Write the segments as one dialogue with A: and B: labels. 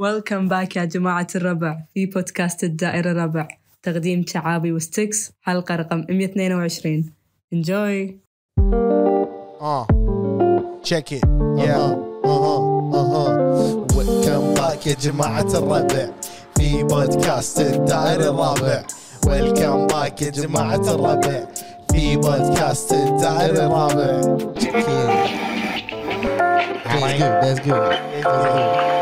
A: ويلكم باك يا جماعة الربع في بودكاست الدائرة ربع تقديم شعابي وستكس حلقة رقم 122 انجوي
B: Uh, check it. Yeah. Uh-huh. Uh-huh. Welcome back يا جماعة الربع في بودكاست الدائر الرابع. Welcome back يا جماعة الربع في بودكاست الدائر الرابع. Check it. That's good. That's good.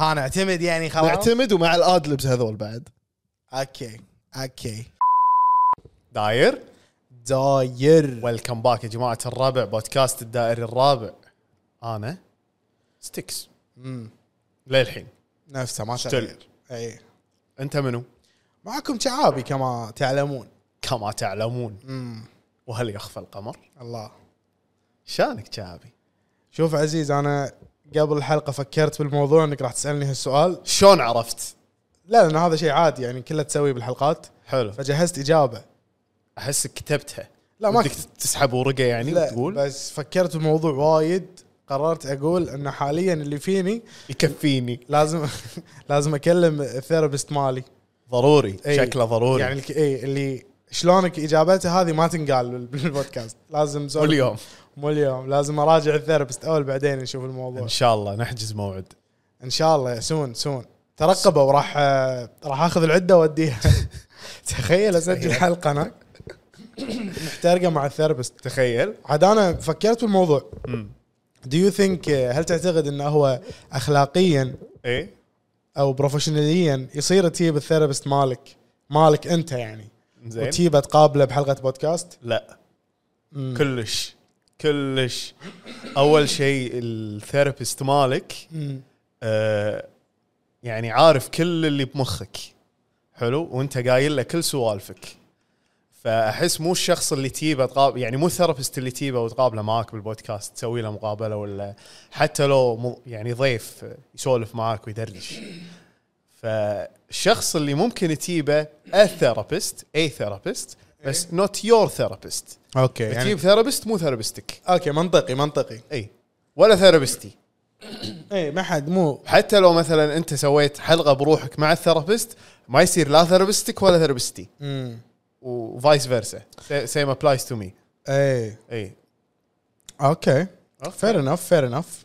B: ها نعتمد يعني خلاص
C: نعتمد ومع الادلبس هذول بعد
B: اوكي اوكي
C: داير
B: داير
C: ويلكم باك يا جماعه الرابع بودكاست الدائري الرابع انا ستيكس للحين
B: نفسه ما
C: ستيل.
B: تغير اي
C: انت منو؟
B: معكم شعابي كما تعلمون
C: كما تعلمون وهل يخفى القمر؟
B: الله
C: شانك شعبي؟
B: شوف عزيز انا قبل الحلقه فكرت بالموضوع انك راح تسالني هالسؤال
C: شلون عرفت؟
B: لا لان هذا شيء عادي يعني كله تسويه بالحلقات
C: حلو
B: فجهزت اجابه
C: احسك كتبتها
B: لا، ما
C: ودك
B: كتبت.
C: تسحب ورقه يعني
B: لا
C: وتقول
B: بس فكرت بالموضوع وايد قررت اقول ان حاليا اللي فيني
C: يكفيني
B: لازم لازم اكلم الثيرابيست مالي
C: ضروري
B: إي.
C: شكله ضروري يعني
B: يعني الك- اي اللي شلونك اجابته هذه ما تنقال بال- بالبودكاست لازم سولف-
C: اليوم
B: مو اليوم لازم اراجع الثيرابيست اول بعدين نشوف الموضوع
C: ان شاء الله نحجز موعد
B: ان شاء الله سون سون ترقبوا وراح آه، راح اخذ العده واديها تخيل اسجل حلقه انا محترقه مع الثيرابيست
C: تخيل
B: عاد انا فكرت بالموضوع دو يو ثينك آه، هل تعتقد انه هو اخلاقيا
C: ايه
B: او بروفيشناليا يصير تجيب الثيرابيست مالك مالك انت يعني
C: زين
B: وتجيبه تقابله بحلقه بودكاست
C: لا كلش كلش اول شيء الثيرابيست مالك آه يعني عارف كل اللي بمخك حلو وانت قايل له كل سوالفك فاحس مو الشخص اللي تجيبه تقاب يعني مو الثيرابيست اللي تجيبه وتقابله معاك بالبودكاست تسوي له مقابله ولا حتى لو مو- يعني ضيف يسولف معاك ويدردش فالشخص اللي ممكن تجيبه الثيرابيست اي ثيرابيست بس نوت يور ثيرابيست
B: اوكي
C: تجيب
B: يعني
C: ثيرابيست مو ثيرابيستك
B: اوكي منطقي منطقي
C: اي ولا ثيرابيستي
B: اي ما حد مو
C: حتى لو مثلا انت سويت حلقه بروحك مع الثيرابيست ما يصير لا ثيرابيستك ولا ثيرابيستي وفايس فيرسا سيم ابلايز تو مي
B: اي
C: اي
B: اوكي
C: أوكي.
B: فير انف فير انف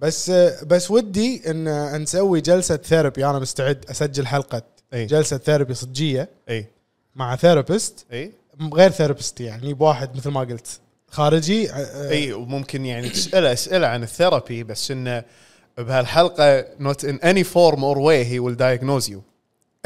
B: بس بس ودي ان نسوي جلسه ثيرابي انا مستعد اسجل حلقه
C: إي.
B: جلسه ثيرابي صجيه
C: اي
B: مع ثيرابيست
C: اي
B: غير ثيرابيست يعني بواحد مثل ما قلت خارجي آه،
C: اي وممكن يعني تساله اسئله عن الثيرابي بس انه بهالحلقه نوت ان اني فورم اور واي هي ويل دايجنوز يو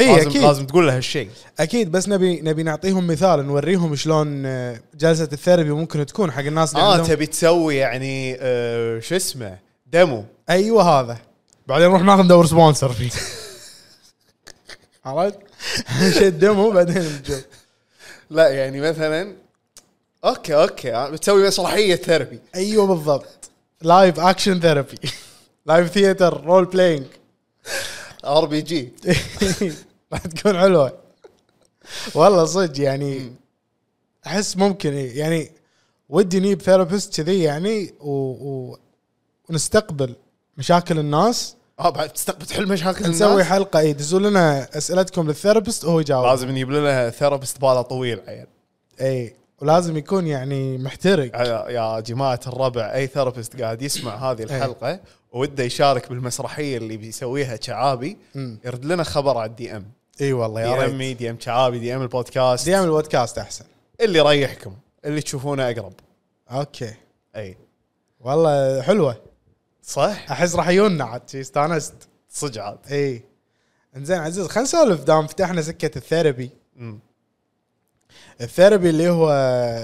B: اي
C: لازم
B: اكيد
C: لازم تقول له هالشيء
B: اكيد بس نبي نبي نعطيهم مثال نوريهم شلون آه، جلسه الثيرابي ممكن تكون حق الناس اللي
C: اه
B: عندهم-
C: تبي تسوي يعني آه شو اسمه ديمو
B: ايوه هذا بعدين نروح ناخذ ندور سبونسر فيه عرفت؟ شدمه بعدين نشوف
C: لا يعني مثلا اوكي اوكي آه، بتسوي مسرحيه ثيرابي
B: ايوه بالضبط لايف اكشن ثيرابي لايف ثياتر رول بلاينج
C: ار بي جي
B: راح تكون حلوه والله صدق يعني احس ممكن إيه، يعني ودي نجيب ثيرابيست كذي يعني و... و... ونستقبل مشاكل الناس
C: اه بعد تستقبل تحل مشاكل الناس
B: نسوي حلقه اي دزوا لنا اسئلتكم للثيرابيست وهو يجاوب
C: لازم نجيب لنا ثيرابيست باله طويل عيل
B: اي إيه، ولازم يكون يعني محترق
C: يا- آه، يا جماعه الربع اي ثيرابيست قاعد يسمع
B: إيه.
C: هذه الحلقه وده يشارك بالمسرحيه اللي بيسويها شعابي يرد لنا خبر على الدي ام
B: اي والله
C: دي
B: يا ريت
C: امي دي ام شعابي دي ام البودكاست
B: دي ام البودكاست احسن
C: اللي يريحكم اللي تشوفونه اقرب
B: اوكي
C: اي
B: والله حلوه
C: صح
B: احس راح يونا عاد شي استانست
C: صدق عاد
B: اي انزين عزيز خلينا نسولف دام فتحنا سكه الثيرابي
C: أمم.
B: الثيرابي اللي هو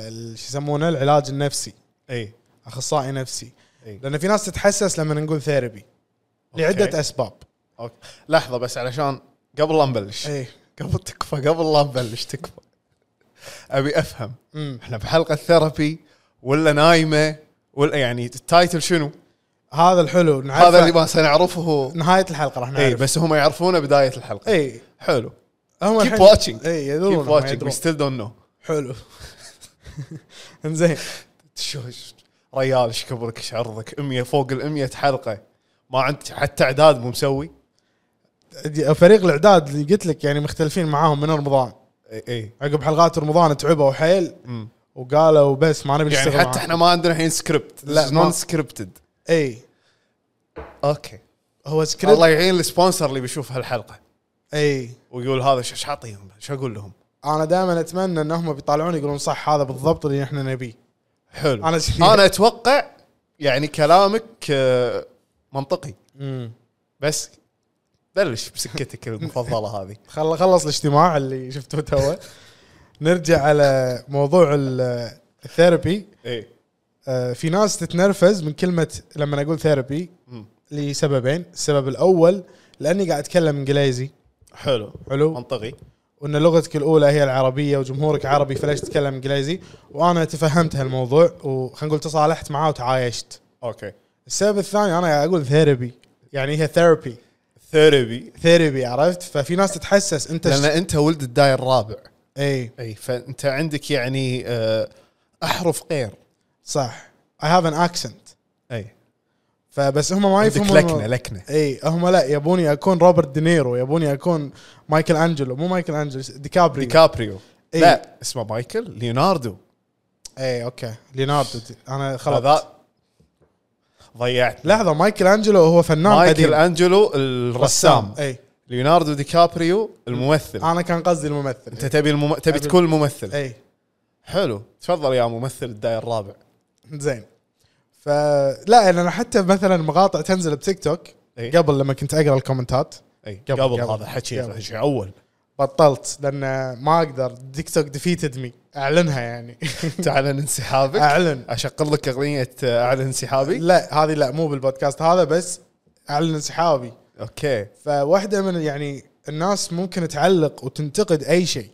B: ال- شو يسمونه العلاج النفسي
C: اي
B: اخصائي نفسي
C: إي.
B: لان في ناس تتحسس لما نقول ثيرابي لعده اسباب
C: أوكي. لحظه بس علشان قبل لا نبلش
B: اي
C: قبل تكفى قبل لا نبلش تكفى ابي افهم
B: أمم.
C: احنا بحلقه ثيرابي ولا نايمه ولا يعني التايتل شنو؟
B: هذا الحلو نعرفه
C: هذا اللي ما سنعرفه
B: نهايه الحلقه راح
C: اي
B: نعرف
C: إيه، بس هم يعرفونه بدايه الحلقه
B: اي
C: حلو
B: هم
C: كيب
B: الحين-
C: واتشنج
B: اي
C: كيب
B: يدرون هم
C: واتشنج وي
B: يدرون.
C: ستيل دونت نو
B: حلو انزين
C: شو شو- ريال ايش كبرك ايش عرضك 100 فوق ال 100 حلقه ما عندك حتى اعداد مو مسوي
B: فريق الاعداد اللي قلت لك يعني مختلفين معاهم من رمضان
C: اي اي
B: عقب حلقات رمضان تعبوا حيل
C: مم.
B: وقالوا بس ما نبي
C: يعني
B: نشتغل
C: حتى احنا ما عندنا الحين سكريبت
B: لا،
C: لا
B: ما-
C: نون سكريبتد
B: اي
C: اوكي
B: هو سكريبت
C: الله يعين السبونسر اللي بيشوف هالحلقه
B: اي
C: ويقول هذا شو شو اعطيهم شو اقول لهم
B: انا دائما اتمنى انهم بيطالعون يقولون صح هذا بالضبط اللي احنا نبيه
C: حلو
B: أنا
C: انا
B: شي-
C: انا اتوقع يعني كلامك آه، منطقي بس بلش بسكتك المفضله هذه
B: خل خلص الاجتماع اللي شفته توه نرجع على موضوع ال- الثيرابي
C: ايه
B: آه، في ناس تتنرفز من كلمه لما أنا اقول ثيرابي
C: مم.
B: لسببين السبب الاول لاني قاعد اتكلم انجليزي
C: حلو
B: حلو
C: منطقي
B: وان لغتك الاولى هي العربيه وجمهورك عربي فليش تتكلم انجليزي وانا تفهمت هالموضوع وخلينا نقول تصالحت معاه وتعايشت
C: اوكي
B: السبب الثاني انا قاعد اقول ثيرابي يعني هي ثيرابي
C: ثيرابي
B: ثيرابي عرفت ففي ناس تتحسس إيه، انت
C: لان
B: شت-
C: انت ولد الداير الرابع
B: اي
C: اي فانت عندك يعني آه، احرف غير
B: صح اي هاف ان اكسنت
C: اي
B: فبس هم ما
C: عندك
B: يفهمون
C: لكنه لكنه
B: اي هم لا يبوني اكون روبرت دينيرو يبوني اكون مايكل انجلو مو مايكل انجلو ديكابريو
C: ديكابريو
B: إي.
C: لا اسمه مايكل ليوناردو
B: اي اوكي ليوناردو دي. انا خلاص
C: هذا ضيعت
B: لحظه مايكل انجلو هو فنان
C: مايكل
B: قديم إيه.
C: انجلو نعم، الرسام
B: اي
C: ليوناردو دي كابريو الممثل
B: انا كان قصدي الممثل إيه،
C: انت تبي المم... تبي
B: أبي-
C: تكون ممثل
B: اي
C: حلو تفضل يا ممثل الداير الرابع
B: زين فلا يعني انا حتى مثلا مقاطع تنزل بتيك توك
C: إي.
B: قبل لما كنت اقرا الكومنتات
C: اي
B: قبل-
C: قبل,
B: قبل.
C: قبل هذا حكي
B: قبل.
C: شيء اول
B: بطلت لان ما اقدر تيك توك ديفيتد مي اعلنها يعني
C: تعال انسحابك
B: اعلن
C: اشغل لك اغنيه آه، اعلن انسحابي
B: لا هذه لا مو بالبودكاست هذا بس اعلن انسحابي
C: اوكي
B: فواحده من يعني الناس ممكن تعلق وتنتقد اي شيء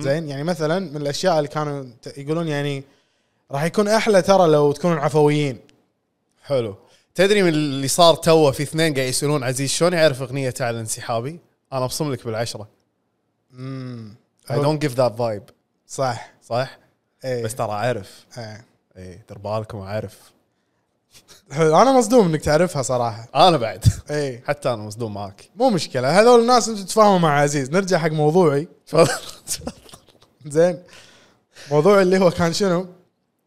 B: زين يعني مثلا من الاشياء اللي كانوا ت- يقولون يعني راح يكون احلى ترى لو تكونون عفويين
C: حلو تدري من اللي صار توه في اثنين قاعد يسالون عزيز شلون يعرف اغنيه تعال انسحابي انا ابصم لك بالعشره
B: امم
C: اي دونت جيف ذات فايب
B: صح إيه.
C: صح
B: اي
C: بس ترى اعرف
B: إيه.
C: اي دير بالكم اعرف
B: حلو انا مصدوم انك تعرفها صراحه
C: انا بعد
B: اي
C: حتى انا مصدوم معك
B: مو مشكله هذول الناس انتم تتفاهموا مع عزيز نرجع حق موضوعي
C: تفضل
B: زين موضوع اللي هو كان شنو؟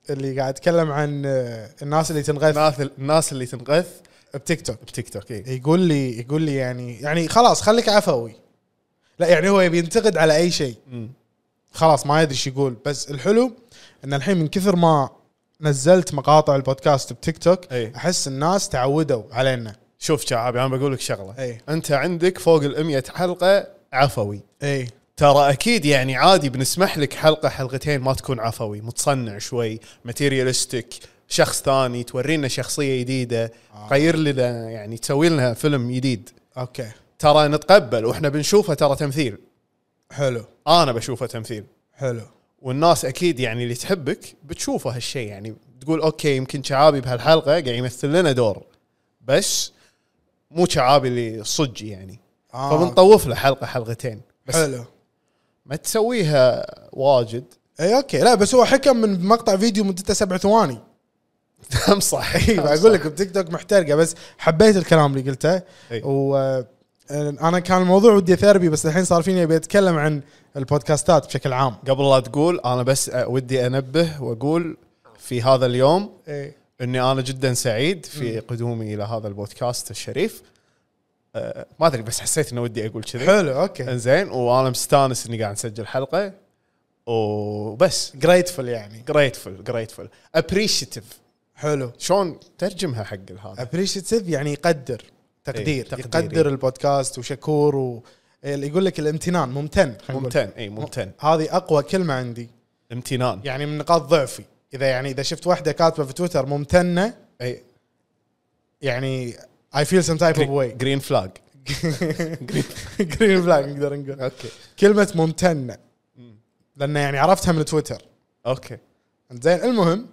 B: اللي قاعد اتكلم عن آه، الناس اللي تنغث
C: الناس الناس اللي تنغث إيه.
B: بتيك توك
C: بتيك توك اي
B: يقول لي يقول لي يعني يعني خلاص خليك عفوي لا يعني هو يبي ينتقد على اي شيء
C: مم.
B: خلاص ما يدري ايش يقول بس الحلو ان الحين من كثر ما نزلت مقاطع البودكاست بتيك توك
C: إي.
B: احس الناس تعودوا علينا
C: شوف شعبي انا بقول لك شغله
B: إي.
C: انت عندك فوق ال 100 حلقه عفوي
B: اي
C: ترى اكيد يعني عادي بنسمح لك حلقه حلقتين ما تكون عفوي متصنع شوي ماتيريالستيك شخص ثاني تورينا شخصيه جديده غير لنا يعني تسوي لنا فيلم جديد
B: اوكي
C: ترى نتقبل واحنا بنشوفه ترى تمثيل
B: حلو
C: انا بشوفه تمثيل
B: حلو
C: والناس اكيد يعني اللي تحبك بتشوفه هالشيء يعني تقول اوكي يمكن شعابي بهالحلقه قاعد يمثل لنا دور بس مو شعابي اللي صج يعني
B: آه.
C: فبنطوف له حلقه حلقتين بس
B: حلو
C: ما تسويها واجد
B: اي اوكي إيه، لا بس هو حكم من مقطع فيديو مدته سبع ثواني
C: امصح
B: اي بقول لك بتيك توك محترقه بس حبيت الكلام اللي قلته
C: إي.
B: وانا كان الموضوع ودي ثيربي بس الحين صار فيني ابي اتكلم عن البودكاستات بشكل عام
C: قبل لا تقول انا بس ودي انبه واقول في هذا اليوم
B: اي
C: اني انا جدا سعيد في قدومي الى هذا البودكاست الشريف أه ما ادري بس حسيت انه ودي اقول كذي
B: حلو اوكي
C: انزين وانا مستانس اني قاعد نسجل حلقه وبس
B: جريتفul يعني
C: جريتفul جريتفul ابريشيتيف
B: حلو
C: شلون ترجمها حق هذا
B: ابريشيتيف يعني يقدر تقدير
C: إي، إيه، تقدير،
B: يقدر
C: إي.
B: البودكاست وشكور و اللي يقول لك الامتنان ممتن خلينا نقول.
C: ممتن اي ممتن
B: هذه اقوى كلمه عندي
C: امتنان
B: يعني من نقاط ضعفي اذا يعني اذا شفت واحده كاتبه في تويتر ممتنه
C: اي
B: يعني اي فيل سم تايب اوف واي
C: جرين فلاج
B: جرين فلاج نقدر نقول
C: اوكي
B: كلمة ممتنة لأن يعني عرفتها من تويتر
C: اوكي
B: زين المهم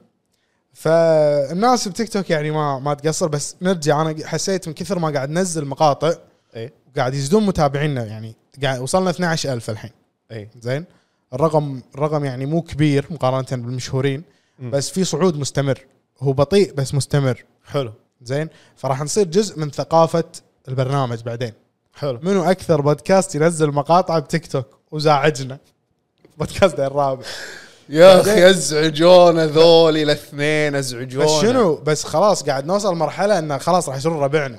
B: فالناس بتيك توك يعني ما ما تقصر بس نرجع انا حسيت من كثر ما قاعد ننزل مقاطع
C: اي
B: قاعد يزدون متابعينا يعني قاعد وصلنا 12000 الحين
C: اي
B: زين الرقم الرقم يعني مو كبير مقارنة بالمشهورين
C: مم.
B: بس في صعود مستمر هو بطيء بس مستمر
C: حلو
B: زين فراح نصير جزء من ثقافه البرنامج بعدين
C: حلو
B: منو اكثر بودكاست ينزل مقاطع بتيك توك وزعجنا بودكاست الرابع
C: يا اخي ازعجون هذول الاثنين ازعجون
B: بس شنو بس خلاص قاعد نوصل مرحله انه خلاص راح يصيرون ربعنا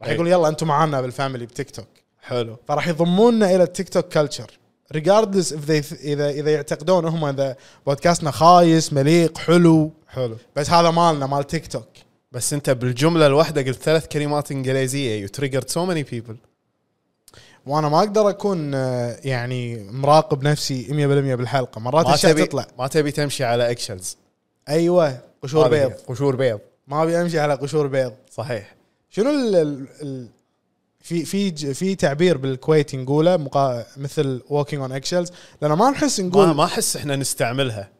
B: راح
C: أي.
B: يقول يلا انتم معانا بالفاميلي بتيك توك
C: حلو
B: فراح يضموننا الى التيك توك كلتشر ريجاردلس اف اذا اذا يعتقدون هم اذا بودكاستنا خايس مليق حلو
C: حلو
B: بس هذا مالنا مال تيك توك
C: بس انت بالجمله الواحده قلت ثلاث كلمات انجليزيه يو تريجرد سو ماني بيبل
B: وانا ما اقدر اكون آه، يعني مراقب نفسي 100% بالحلقه مرات
C: ما
B: الاشياء
C: تبي
B: تطلع
C: ما تبي تمشي على اكشنز
B: ايوه قشور بيض
C: قشور بيض
B: ما ابي امشي على قشور بيض
C: صحيح
B: شنو ال ال ال في في ج- في تعبير بالكويت نقوله مقا مثل ووكينج اون اكشلز لان ما نحس
C: ما
B: نقول
C: ما احس احنا نستعملها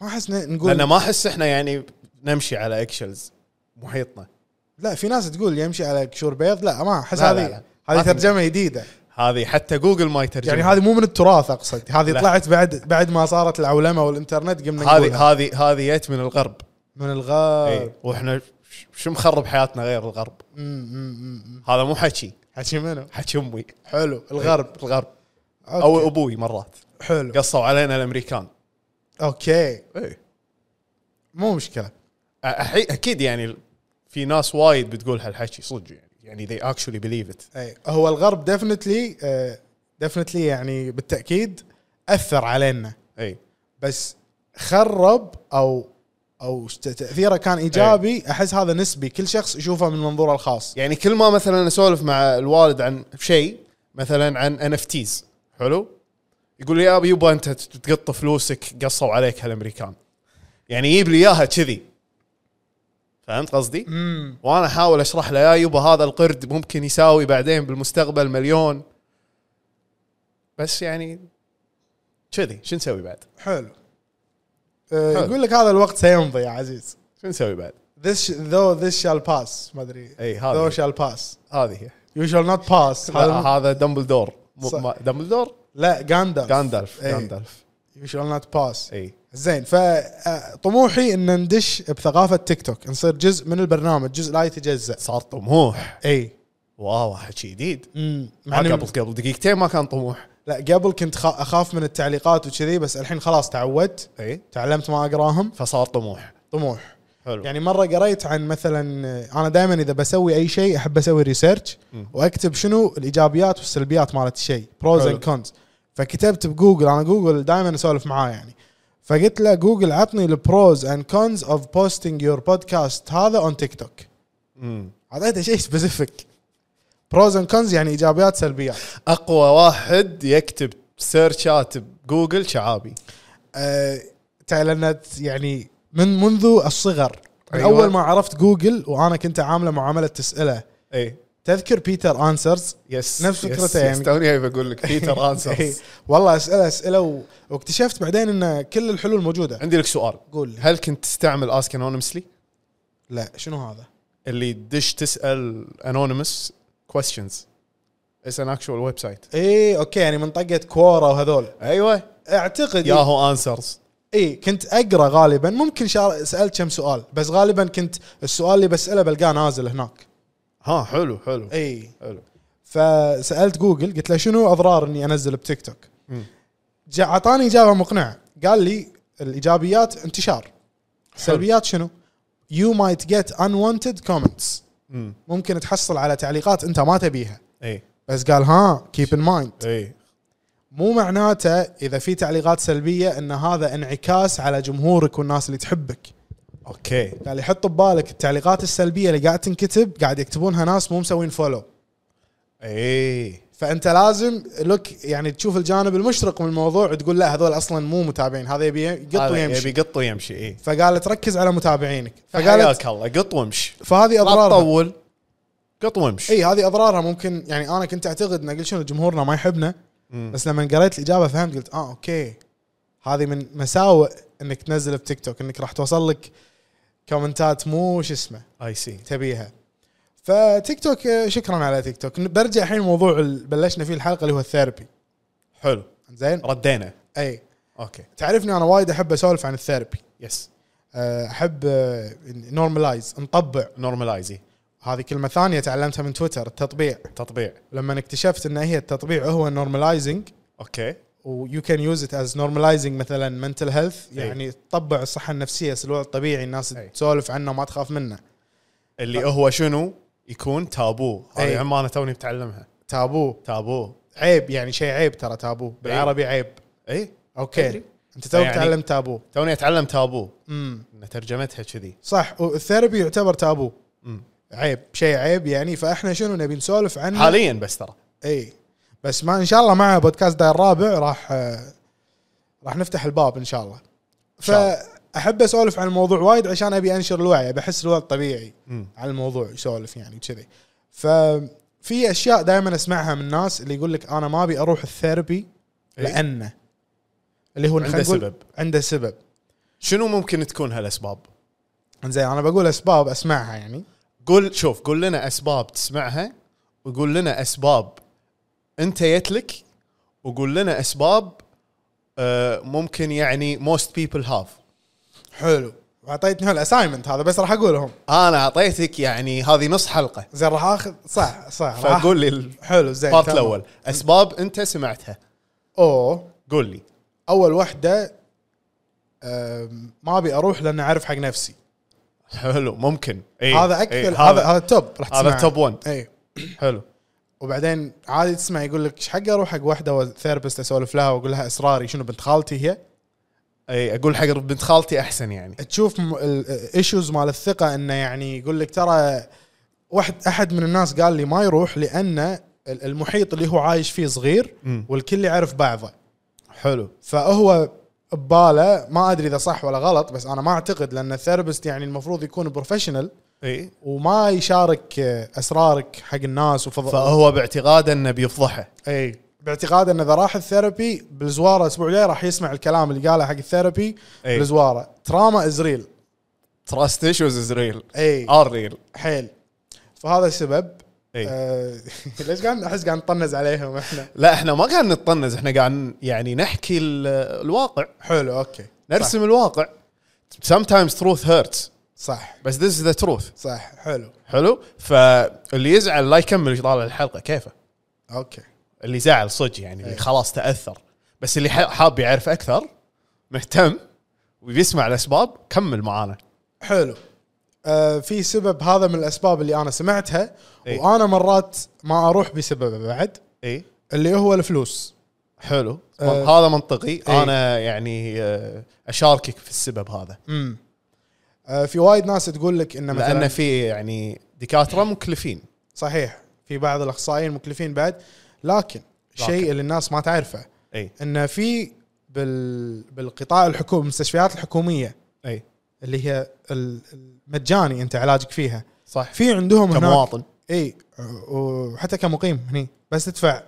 B: ما احس ن-
C: لان
B: نقول
C: ما احس احنا يعني نمشي على اكشنز محيطنا
B: لا في ناس تقول يمشي على قشور بيض لا ما احس
C: لا، لا،
B: هذه
C: لا. ما
B: هذه
C: تنفع.
B: ترجمه جديده
C: هذه حتى جوجل ما يترجمها
B: يعني هذه مو من التراث اقصد هذه
C: لا.
B: طلعت بعد بعد ما صارت العولمه والانترنت قمنا
C: هذه إيه.
B: نقولها آه.
C: هذه هذه جت من الغرب
B: من
C: اي
B: الغاب
C: واحنا ش- شو مخرب حياتنا غير الغرب
B: أم، أم، أم.
C: هذا مو حكي
B: حكي منو
C: حكي امي
B: حلو الغرب
C: الغرب
B: أوكي.
C: او ابوي مرات
B: حلو
C: قصوا علينا الامريكان
B: اوكي
C: اي
B: مو مشكله
C: اكيد يعني في ناس وايد بتقول هالحكي صدق يعني يعني they actually believe it
B: اي إيه. هو الغرب ديفنتلي ديفنتلي يعني بالتاكيد اثر علينا
C: اي
B: بس خرب او او ت- تاثيره كان
C: إيه.
B: ايجابي احس هذا نسبي كل شخص يشوفه من منظوره الخاص
C: يعني كل ما مثلا اسولف مع الوالد عن شيء مثلا عن ان اف تيز حلو يقول لي يابا يبا انت تقط فلوسك قصوا عليك هالامريكان يعني يجيب لي اياها كذي فهمت قصدي؟
B: امم
C: وانا احاول اشرح له يا يبا هذا القرد ممكن يساوي بعدين بالمستقبل مليون بس يعني كذي شو نسوي بعد؟
B: حلو آه،
C: حلو.
B: يقول لك هذا الوقت سيمضي يا عزيز
C: شو نسوي بعد؟
B: This though this shall pass ما ادري
C: اي
B: though
C: هذه
B: shall pass
C: هذه هي
B: you shall not pass
C: لا،
B: هذا-
C: هذا دمبلدور مو-
B: صح.
C: ما- دمبلدور؟
B: لا جاندالف
C: غاندالف
B: إيه.
C: غاندالف
B: you shall not pass uh,
C: اي
B: زين فطموحي ان ندش بثقافه تيك توك نصير جزء من البرنامج جزء لا يتجزا
C: صار طموح
B: اي
C: واو حكي جديد
B: امم
C: ما
B: مع إني-
C: قبل قبل دقيقتين ما كان طموح
B: لا قبل كنت خا- اخاف من التعليقات وكذي بس الحين خلاص تعودت
C: اي
B: تعلمت ما اقراهم
C: فصار طموح
B: طموح
C: حلو يعني
B: يعني مره قريت عن مثلا انا دائما اذا بسوي اي شيء احب اسوي ريسيرش واكتب شنو الايجابيات والسلبيات مالت الشيء بروز
C: حلو.
B: اند كونز فكتبت بجوجل انا جوجل دائما اسولف معاه يعني فقلت له جوجل عطني البروز اند كونز اوف بوستنج يور بودكاست هذا اون تيك توك اعطيته شيء سبيسيفيك بروز اند كونز يعني ايجابيات سلبيات
C: آه. اقوى واحد يكتب سيرشات بجوجل شعابي
B: أه لان يعني من منذ الصغر من
C: أيوة.
B: اول ما عرفت جوجل وانا كنت عامله معامله تساله
C: اي
B: تذكر بيتر انسرز
C: يس
B: نفس
C: يس،
B: فكرته
C: يس،
B: يعني.
C: توني جاي بقول لك بيتر
B: إيه.
C: انسرز
B: والله اسئله اسئله و... واكتشفت بعدين ان كل الحلول موجوده
C: عندي لك سؤال
B: قول لي.
C: هل كنت تستعمل اسك انونيمسلي
B: لا شنو هذا؟
C: اللي تدش تسال انونيمس كويستشنز اس ان اكشوال ويب سايت
B: اي اوكي يعني منطقه كوره وهذول أيوة.
C: ايوه
B: اعتقد
C: ياهو انسرز
B: اي كنت اقرا غالبا ممكن شار... سالت كم سؤال بس غالبا كنت السؤال اللي بساله بلقاه نازل هناك إيه.
C: ها حلو حلو
B: اي
C: حلو
B: فسالت جوجل قلت له شنو اضرار اني انزل بتيك توك؟
C: مم.
B: جا- اعطاني اجابه مقنعه قال لي الايجابيات انتشار سلبيات شنو؟ يو مايت جيت unwanted كومنتس
C: امم
B: ممكن تحصل على تعليقات انت ما تبيها
C: اي
B: بس قال ها كيب ان مايند
C: اي
B: مو معناته اذا في تعليقات سلبيه ان هذا انعكاس على جمهورك والناس اللي تحبك
C: اوكي
B: قال لي حط ببالك التعليقات السلبيه اللي قاعد تنكتب قاعد يكتبونها ناس مو مسوين فولو
C: اي
B: فانت لازم لك يعني تشوف الجانب المشرق من الموضوع وتقول لا هذول اصلا مو متابعين هذا يبي يقط
C: هذا
B: ويمشي
C: يبي إيه. قط ويمشي اي
B: فقالت ركز على متابعينك فقالت
C: فقالت الله قط وامشي
B: فهذه
C: لا
B: اضرارها
C: تطول قط وامشي
B: اي هذه اضرارها ممكن يعني انا كنت اعتقد ان قلت شنو جمهورنا ما يحبنا بس لما قريت الاجابه فهمت قلت اه اوكي هذه من مساوئ انك تنزل بتيك توك انك راح توصل لك كومنتات مو شو اسمه
C: اي سي
B: تبيها فتيك توك آه، شكرا على تيك توك برجع الحين موضوع ال- بلشنا فيه الحلقه اللي هو الثيرابي
C: حلو
B: زين
C: ردينا
B: اي
C: اوكي
B: تعرفني انا وايد احب اسولف عن الثيرابي
C: يس
B: آه، احب نورمالايز نطبع
C: نورمالايزي
B: هذه كلمه ثانيه تعلمتها من تويتر التطبيع
C: تطبيع
B: لما اكتشفت ان هي التطبيع هو نورماليزنج
C: اوكي
B: ويو كان يوز ات از نورماليزنج مثلا منتل هيلث
C: إيه.
B: يعني تطبع الصحه النفسيه الوضع الطبيعي الناس
C: أي.
B: تسولف عنه وما تخاف منه
C: اللي هو شنو يكون تابو
B: أي.
C: هذه عمانه توني بتعلمها
B: تابو
C: تابو
B: عيب يعني شيء عيب ترى تابو بالعربي عيب
C: اي
B: اوكي
C: إيه. أدري.
B: انت توك
C: يعني-
B: تعلم تابو
C: إيه؟ توني اتعلم تابو
B: امم
C: ان ترجمتها كذي
B: صح والثيرابي يعتبر تابو
C: مم.
B: عيب شيء عيب يعني فاحنا شنو نبي نسولف عنه
C: حاليا بس ترى
B: اي بس ما ان شاء الله مع بودكاست داير الرابع راح آه، راح نفتح الباب ان شاء الله
C: شاء الله.
B: فاحب اسولف عن الموضوع وايد عشان ابي انشر الوعي بحس الوعي طبيعي
C: مم.
B: على الموضوع يسولف يعني كذي ففي اشياء دائما اسمعها من الناس اللي يقول لك انا ما ابي اروح الثيرابي
C: إي.
B: لانه اللي هو
C: عنده
B: خلينا نقول
C: سبب.
B: عنده سبب
C: شنو ممكن تكون هالاسباب؟
B: زين انا بقول اسباب اسمعها يعني
C: قول شوف قول لنا اسباب تسمعها وقول لنا اسباب انت جت لك وقول لنا اسباب آه، ممكن يعني most people have
B: حلو اعطيتني الاساينمنت هذا بس راح اقولهم
C: انا اعطيتك يعني هذه نص حلقه
B: زين راح اخذ صح صح راح-
C: فقول لي البارت
B: حلو زين تمام.
C: الاول اسباب انت سمعتها
B: اوه
C: قول لي
B: اول وحده أم، ما ابي اروح لان اعرف حق نفسي
C: حلو ممكن اي
B: هذا اكثر هذا هذا التوب راح
C: إيه، هذا
B: تسمعه.
C: التوب 1
B: اي
C: حلو
B: وبعدين عادي تسمع يقول لك ايش حق اروح حق واحده وثيرابيست اسولف لها واقول لها اسراري شنو بنت خالتي هي
C: اي اقول إيه، حق بنت خالتي احسن يعني
B: تشوف الايشوز مال الثقه انه يعني يقول لك ترى واحد احد من الناس قال لي ما يروح لان ال- المحيط اللي هو عايش فيه صغير
C: مم.
B: والكل يعرف بعضه
C: حلو
B: فهو بباله ما ادري اذا صح ولا غلط بس انا ما اعتقد لان الثيرابيست يعني المفروض يكون بروفيشنال
C: اي
B: وما يشارك آه، اسرارك حق الناس وفضل
C: فهو باعتقاده انه بيفضحه
B: اي باعتقاد انه اذا راح الثيرابي بالزواره الاسبوع الجاي راح يسمع الكلام اللي قاله حق الثيرابي
C: أي.
B: بالزواره تراما از ريل
C: تراست ايشوز از ريل
B: اي
C: ار ريل
B: حيل فهذا السبب
C: اي
B: آه ليش قاعد احس قاعد نطنز عليهم احنا
C: لا احنا ما قاعد نتطنز احنا قاعد يعني نحكي ال- الواقع
B: حلو اوكي
C: نرسم الواقع sometimes truth hurts
B: صح
C: بس this is the truth
B: صح حلو
C: حلو فاللي يزعل لا يكمل يطالع الحلقه كيفه
B: اوكي
C: اللي زعل صدق يعني
B: إيه.
C: اللي خلاص تاثر بس اللي ح- حاب يعرف اكثر مهتم وبيسمع الاسباب كمل معانا
B: حلو آه في سبب هذا من الاسباب اللي انا سمعتها
C: إي.
B: وانا مرات ما اروح بسببه بعد
C: اي
B: اللي هو الفلوس
C: حلو
B: إيه. آه.
C: هذا منطقي انا يعني آه، اشاركك في السبب هذا
B: امم آه في وايد ناس تقول لك انه مثلا
C: لان في يعني دكاتره مكلفين
B: صحيح في بعض الاخصائيين مكلفين بعد لكن الشيء
C: لكن.
B: اللي الناس ما تعرفه
C: اي
B: انه في بال بالقطاع الحكومي المستشفيات الحكوميه
C: اي
B: اللي هي ال- المجاني انت علاجك فيها
C: صح
B: في عندهم هناك-
C: كمواطن
B: اي وحتى إيه، كمقيم هني بس تدفع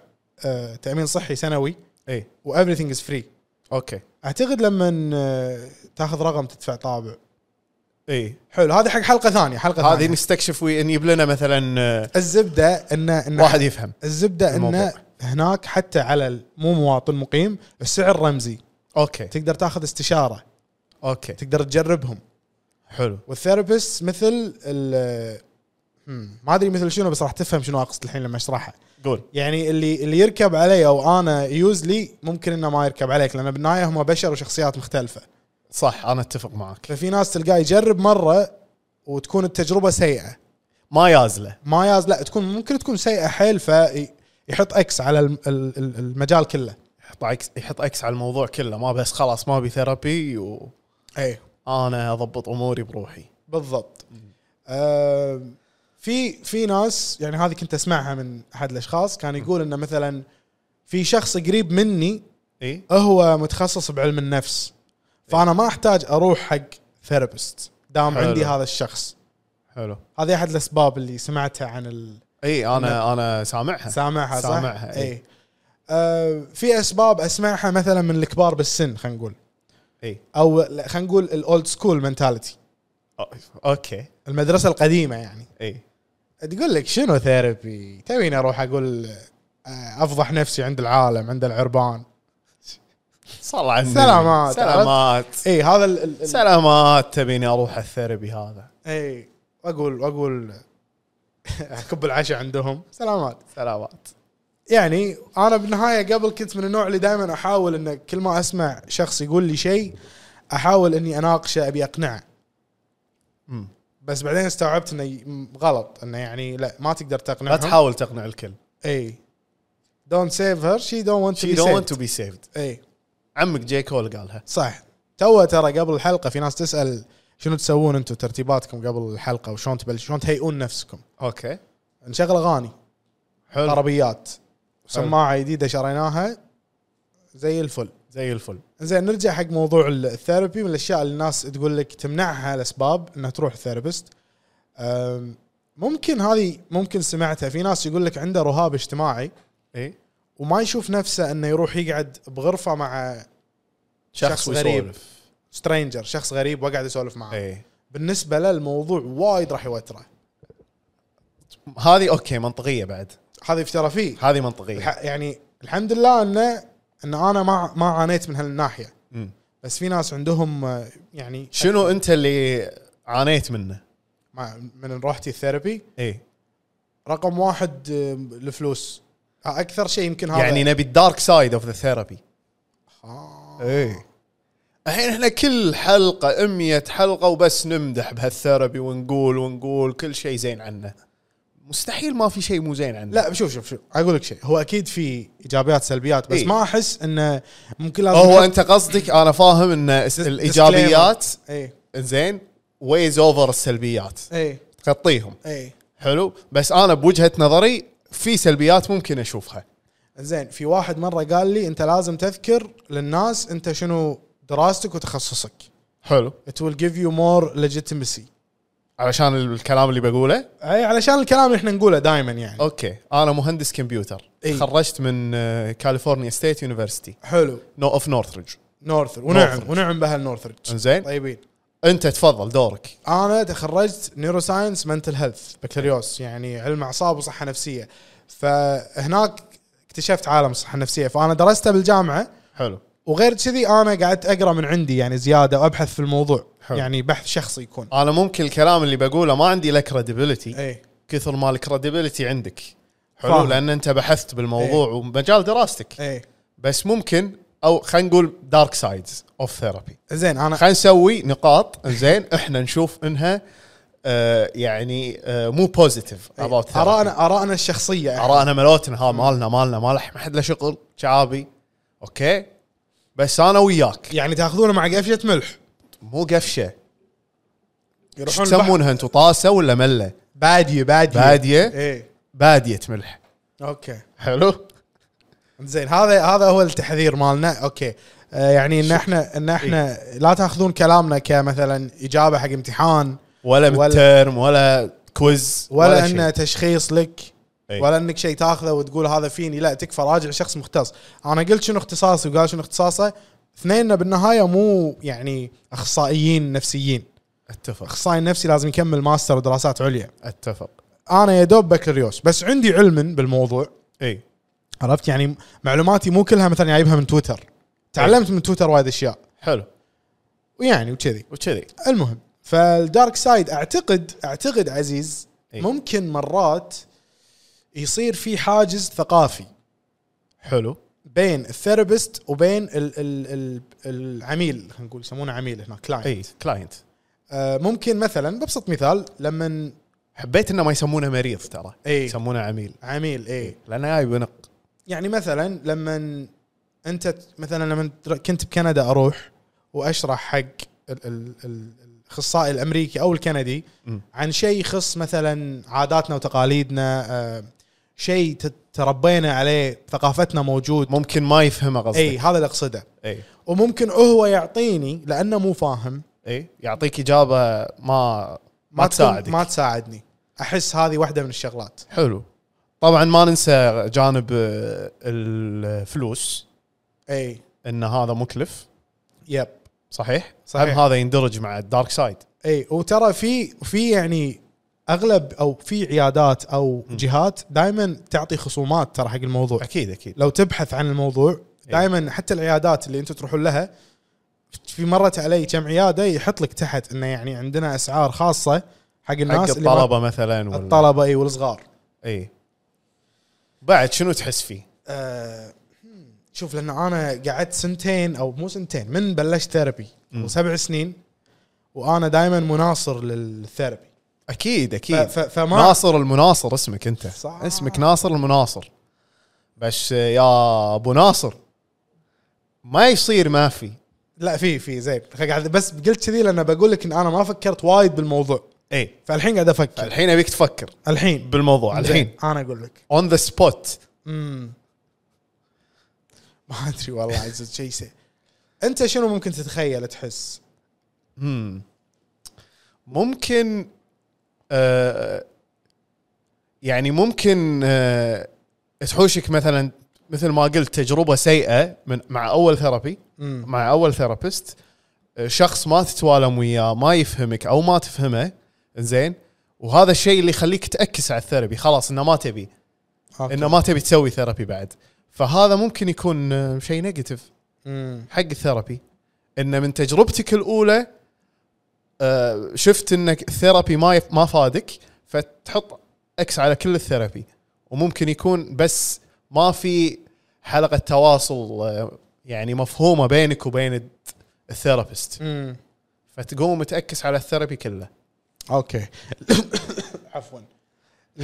B: آه، تامين صحي سنوي
C: اي
B: و از فري
C: اوكي
B: اعتقد لما آه، تاخذ رقم تدفع طابع
C: اي
B: حلو هذه حق حلقه ثانيه حلقه
C: إيه. هذه
B: ثانيه
C: نستكشف ونجيب لنا مثلا آه،
B: الزبده ان ان
C: واحد يفهم
B: الزبده
C: الموضوع.
B: انه هناك حتى على ال- مو مواطن مقيم السعر رمزي
C: اوكي
B: تقدر تاخذ استشاره
C: اوكي
B: تقدر تجربهم
C: حلو
B: والثيرابيست مثل ال آه، هم، ما ادري مثل شنو بس راح تفهم شنو اقصد الحين لما اشرحها
C: قول
B: يعني اللي اللي يركب علي او انا يوزلي ممكن انه ما يركب عليك لان بالنهايه هم بشر وشخصيات مختلفه
C: صح انا اتفق معك
B: ففي ناس تلقاه يجرب مره وتكون التجربه سيئه
C: ما يازله
B: ما ياز لا تكون ممكن تكون سيئه حيل فيحط اكس على الم- ال- ال- المجال كله
C: يحط اكس يحط اكس على الموضوع كله ما بس خلاص ما بي ثيرابي وانا
B: اي
C: اضبط اموري بروحي
B: بالضبط آم، في في ناس يعني هذه كنت اسمعها من احد الاشخاص كان يقول انه مثلا في شخص قريب مني
C: اي
B: هو متخصص بعلم النفس فانا ما احتاج اروح حق ثيرابيست دام
C: حلو.
B: عندي هذا الشخص
C: حلو
B: هذه احد الاسباب اللي سمعتها عن ال...
C: اي انا انا سامعها
B: سامعها صح؟
C: سامعها، إيه. إي.
B: اي آه في اسباب اسمعها مثلا من الكبار بالسن خلينا نقول
C: اي
B: او لا، خلينا نقول الاولد سكول منتاليتي
C: أو- إيه. اوكي
B: المدرسه القديمه يعني
C: اي
B: تقول لك شنو ثيرابي؟ تبيني اروح اقول آه، افضح نفسي عند العالم عند العربان
C: صل على النبي.
B: سلامات.
C: سلامات
B: اي إيه، هذا ال- ال- ال-
C: سلامات تبيني اروح الثيرابي هذا
B: اي اقول اقول اكب العشاء عندهم سلامات
C: سلامات
B: يعني انا بالنهايه قبل كنت من النوع اللي دائما احاول ان كل ما اسمع شخص يقول لي شيء احاول اني اناقشه ابي اقنعه
C: أمم.
B: بس بعدين استوعبت انه ي- م- غلط انه يعني لا ما تقدر
C: لا
B: تقنعهم إيه.
C: تحاول تقنع الكل
B: اي دونت سيف هير شي دونت ونت تو
C: شي
B: بي
C: دونت تو
B: سيفد
C: بي سيفد
B: اي
C: عمك جي كول قالها
B: إيه. صح تو ترى قبل الحلقه في ناس تسال شنو تسوون انتم ترتيباتكم قبل الحلقه وشلون تبلش شلون تهيئون نفسكم
C: اوكي
B: نشغل اغاني
C: حلو
B: طربيات سماعه جديده شريناها زي الفل
C: زي الفل
B: زين نرجع حق موضوع الثيرابي من الاشياء اللي الناس تقول لك تمنعها الاسباب انها تروح ثيرابيست أم، ممكن هذه ممكن سمعتها في ناس يقول لك عنده رهاب اجتماعي
C: اي
B: إيه؟ وما يشوف نفسه انه يروح يقعد بغرفه مع شخص
C: شخص
B: غريب.
C: غريب آه.
B: سترينجر شخص غريب وقاعد يسولف معاه
C: اي
B: بالنسبه له الموضوع وايد راح يوتره
C: هذه اوكي منطقيه بعد
B: هذه في ترى فيه
C: هذه منطقيه
B: الح- يعني الحمد لله انه ان انا ما ما عانيت من هالناحيه
C: أمم.
B: بس في ناس عندهم آه، يعني
C: شنو انت اللي عانيت منه؟ إيه.
B: مع- من روحتي الثيرابي
C: اي
B: رقم واحد آه، الفلوس آه، اكثر شيء يمكن هذا
C: يعني نبي الدارك سايد اوف ذا ثيرابي
B: آه.
C: اي إيه. الحين احنا كل حلقه 100 حلقه وبس نمدح بهالثيرابي ونقول ونقول كل شيء زين عنه مستحيل ما في شيء مو زين عنه
B: لا شوف شوف شوف اقول لك شيء هو اكيد في ايجابيات سلبيات بس
C: إيه.
B: ما احس انه ممكن لازم
C: هو
B: نحط
C: انت قصدك انا فاهم ان
B: dis-
C: الايجابيات
B: disclaimer. اي
C: زين ويز اوفر السلبيات
B: اي
C: تغطيهم
B: اي
C: حلو بس انا بوجهه نظري في سلبيات ممكن اشوفها
B: زين في واحد مره قال لي انت لازم تذكر للناس انت شنو دراستك وتخصصك
C: حلو
B: it will give you more legitimacy
C: علشان الكلام اللي بقوله
B: اي علشان الكلام اللي احنا نقوله دائما يعني
C: اوكي انا مهندس كمبيوتر
B: إي.
C: خرجت من آه، كاليفورنيا ستيت يونيفرستي
B: حلو
C: نو اوف نورثريدج
B: نورثر ونعم
C: نورثرج.
B: ونعم بهالنورثرج
C: انزين
B: طيبين
C: انت تفضل دورك
B: انا تخرجت نيورو ساينس منتل هيلث بكالوريوس يعني علم اعصاب وصحه نفسيه فهناك اكتشفت عالم الصحه النفسيه فانا درسته بالجامعه
C: حلو
B: وغير كذي انا قعدت اقرا من عندي يعني زياده وابحث في الموضوع
C: حلو.
B: يعني بحث شخصي يكون إيه.
C: انا ممكن الكلام اللي بقوله ما عندي له كريديبيلتي
B: اي
C: كثر ما الكريديبيلتي عندك حلو
B: فاهم.
C: لان انت بحثت بالموضوع ومجال دراستك
B: اي
C: بس ممكن او خلينا نقول دارك سايدز اوف ثيرابي
B: زين انا
C: خلينا نسوي نقاط زين احنا نشوف انها آه يعني آه مو بوزيتيف
B: إيه،
C: اباوت
B: ارائنا ارائنا الشخصيه إحنا.
C: ارانا ملوتنا ها مالنا مالنا مالح ما حد له شغل شعابي اوكي بس انا وياك
B: يعني تاخذونه مع قفشه ملح
C: مو قفشه ايش
B: يروحون البحر.
C: تسمونها انتم طاسه ولا مله؟
B: باديه باديه
C: باديه
B: اي
C: باديه ملح
B: اوكي
C: حلو
B: زين هذا هذا هو التحذير مالنا اوكي آه يعني ان احنا ان احنا لا تاخذون كلامنا كمثلا اجابه حق امتحان
C: ولا
B: ولا-
C: مترم ولا كويز
B: ولا,
C: ولا
B: انه
C: شيء.
B: تشخيص لك
C: إي.
B: ولا انك شيء تاخذه وتقول هذا فيني لا تكفى راجع شخص مختص انا قلت شنو اختصاصي وقال شنو اختصاصه اثنيننا بالنهايه مو يعني اخصائيين نفسيين
C: اتفق
B: اخصائي نفسي لازم يكمل ماستر ودراسات عليا
C: اتفق
B: انا يا دوب بكالوريوس بس عندي علم بالموضوع
C: اي
B: عرفت يعني معلوماتي مو كلها مثلا جايبها من تويتر تعلمت من تويتر وايد اشياء
C: حلو
B: ويعني وكذي
C: وكذي
B: المهم فالدارك سايد اعتقد اعتقد عزيز
C: إي.
B: ممكن مرات يصير في حاجز ثقافي
C: حلو
B: بين الثيرابيست وبين ال ال ال العميل خلينا نقول يسمونه عميل هنا كلاينت
C: اي كلاينت
B: آه ممكن مثلا ببسط مثال لما
C: حبيت انه ما يسمونه مريض ترى
B: إي.
C: يسمونه عميل
B: عميل إيه، اي
C: لانه جاي بنق
B: يعني مثلا لما انت ت- مثلا لما تر- كنت بكندا اروح واشرح حق ال- ال- ال- الاخصائي الامريكي او الكندي
C: م.
B: عن شيء يخص مثلا عاداتنا وتقاليدنا آه، شيء ت- تربينا عليه ثقافتنا موجود
C: ممكن ما يفهمه إيه. قصدك
B: اي هذا اللي اقصده
C: اي
B: وممكن هو يعطيني لانه مو فاهم
C: اي إيه. يعطيك اجابه ما ما
B: تكون-
C: تساعدك
B: ما تساعدني احس هذه واحده من الشغلات
C: حلو طبعا ما ننسى جانب آه، الفلوس
B: اي
C: ان هذا مكلف
B: يب
C: صحيح؟
B: صحيح.
C: هم هذا يندرج مع الدارك سايد
B: اي إيه، وترى في في يعني اغلب او في عيادات او جهات دائما تعطي خصومات ترى حق الموضوع
C: اكيد اكيد
B: لو تبحث عن الموضوع دائما حتى العيادات اللي انتم تروحون لها في مرت علي كم عياده يحط لك تحت انه يعني عندنا اسعار خاصه حق
C: حق
B: الناس اللي ما-
C: الطلبه مثلا ولا
B: الطلبه اي والصغار
C: اي إيه. بعد شنو تحس فيه؟
B: آه، شوف لان انا قعدت سنتين او مو سنتين من بلشت ثيرابي
C: مم.
B: سبع سنين وانا دائما مناصر للثيرابي
C: اكيد اكيد
B: ف- ف- فما-
C: ناصر المناصر اسمك انت
B: صح.
C: صح. اسمك ناصر المناصر بس يا ابو ناصر ما يصير ما في
B: لا في في زين خ- قاعد- بس قلت كذي لان بقول لك ان انا ما فكرت وايد بالموضوع
C: اي
B: فالحين قاعد افكر
C: الحين ابيك تفكر
B: الحين
C: بالموضوع الحين
B: إيه. زين، انا اقول لك
C: اون ذا سبوت
B: مم. ما ادري والله عزيز شيء سي. انت شنو ممكن تتخيل تحس
C: ممكن آه يعني ممكن آه تحوشك مثلا مثل ما قلت تجربه سيئه من مع اول ثيرابي
B: مم.
C: مع اول ثيرابيست آه، شخص ما تتوالم وياه ما يفهمك او ما تفهمه زين وهذا الشيء اللي يخليك تاكس على الثيرابي خلاص انه ما تبي
B: أوكي.
C: انه ما تبي تسوي ثيرابي بعد فهذا ممكن يكون آه، شيء نيجاتيف
B: مم.
C: حق الثيرابي ان من تجربتك الاولى آه، شفت انك الثيرابي ما يف- ما فادك فتحط اكس على كل الثيرابي وممكن يكون بس ما في حلقه تواصل آه، يعني مفهومه بينك وبين الت- الثيرابيست
B: مم.
C: فتقوم متاكس على الثيرابي كله
B: اوكي عفوا
C: حلو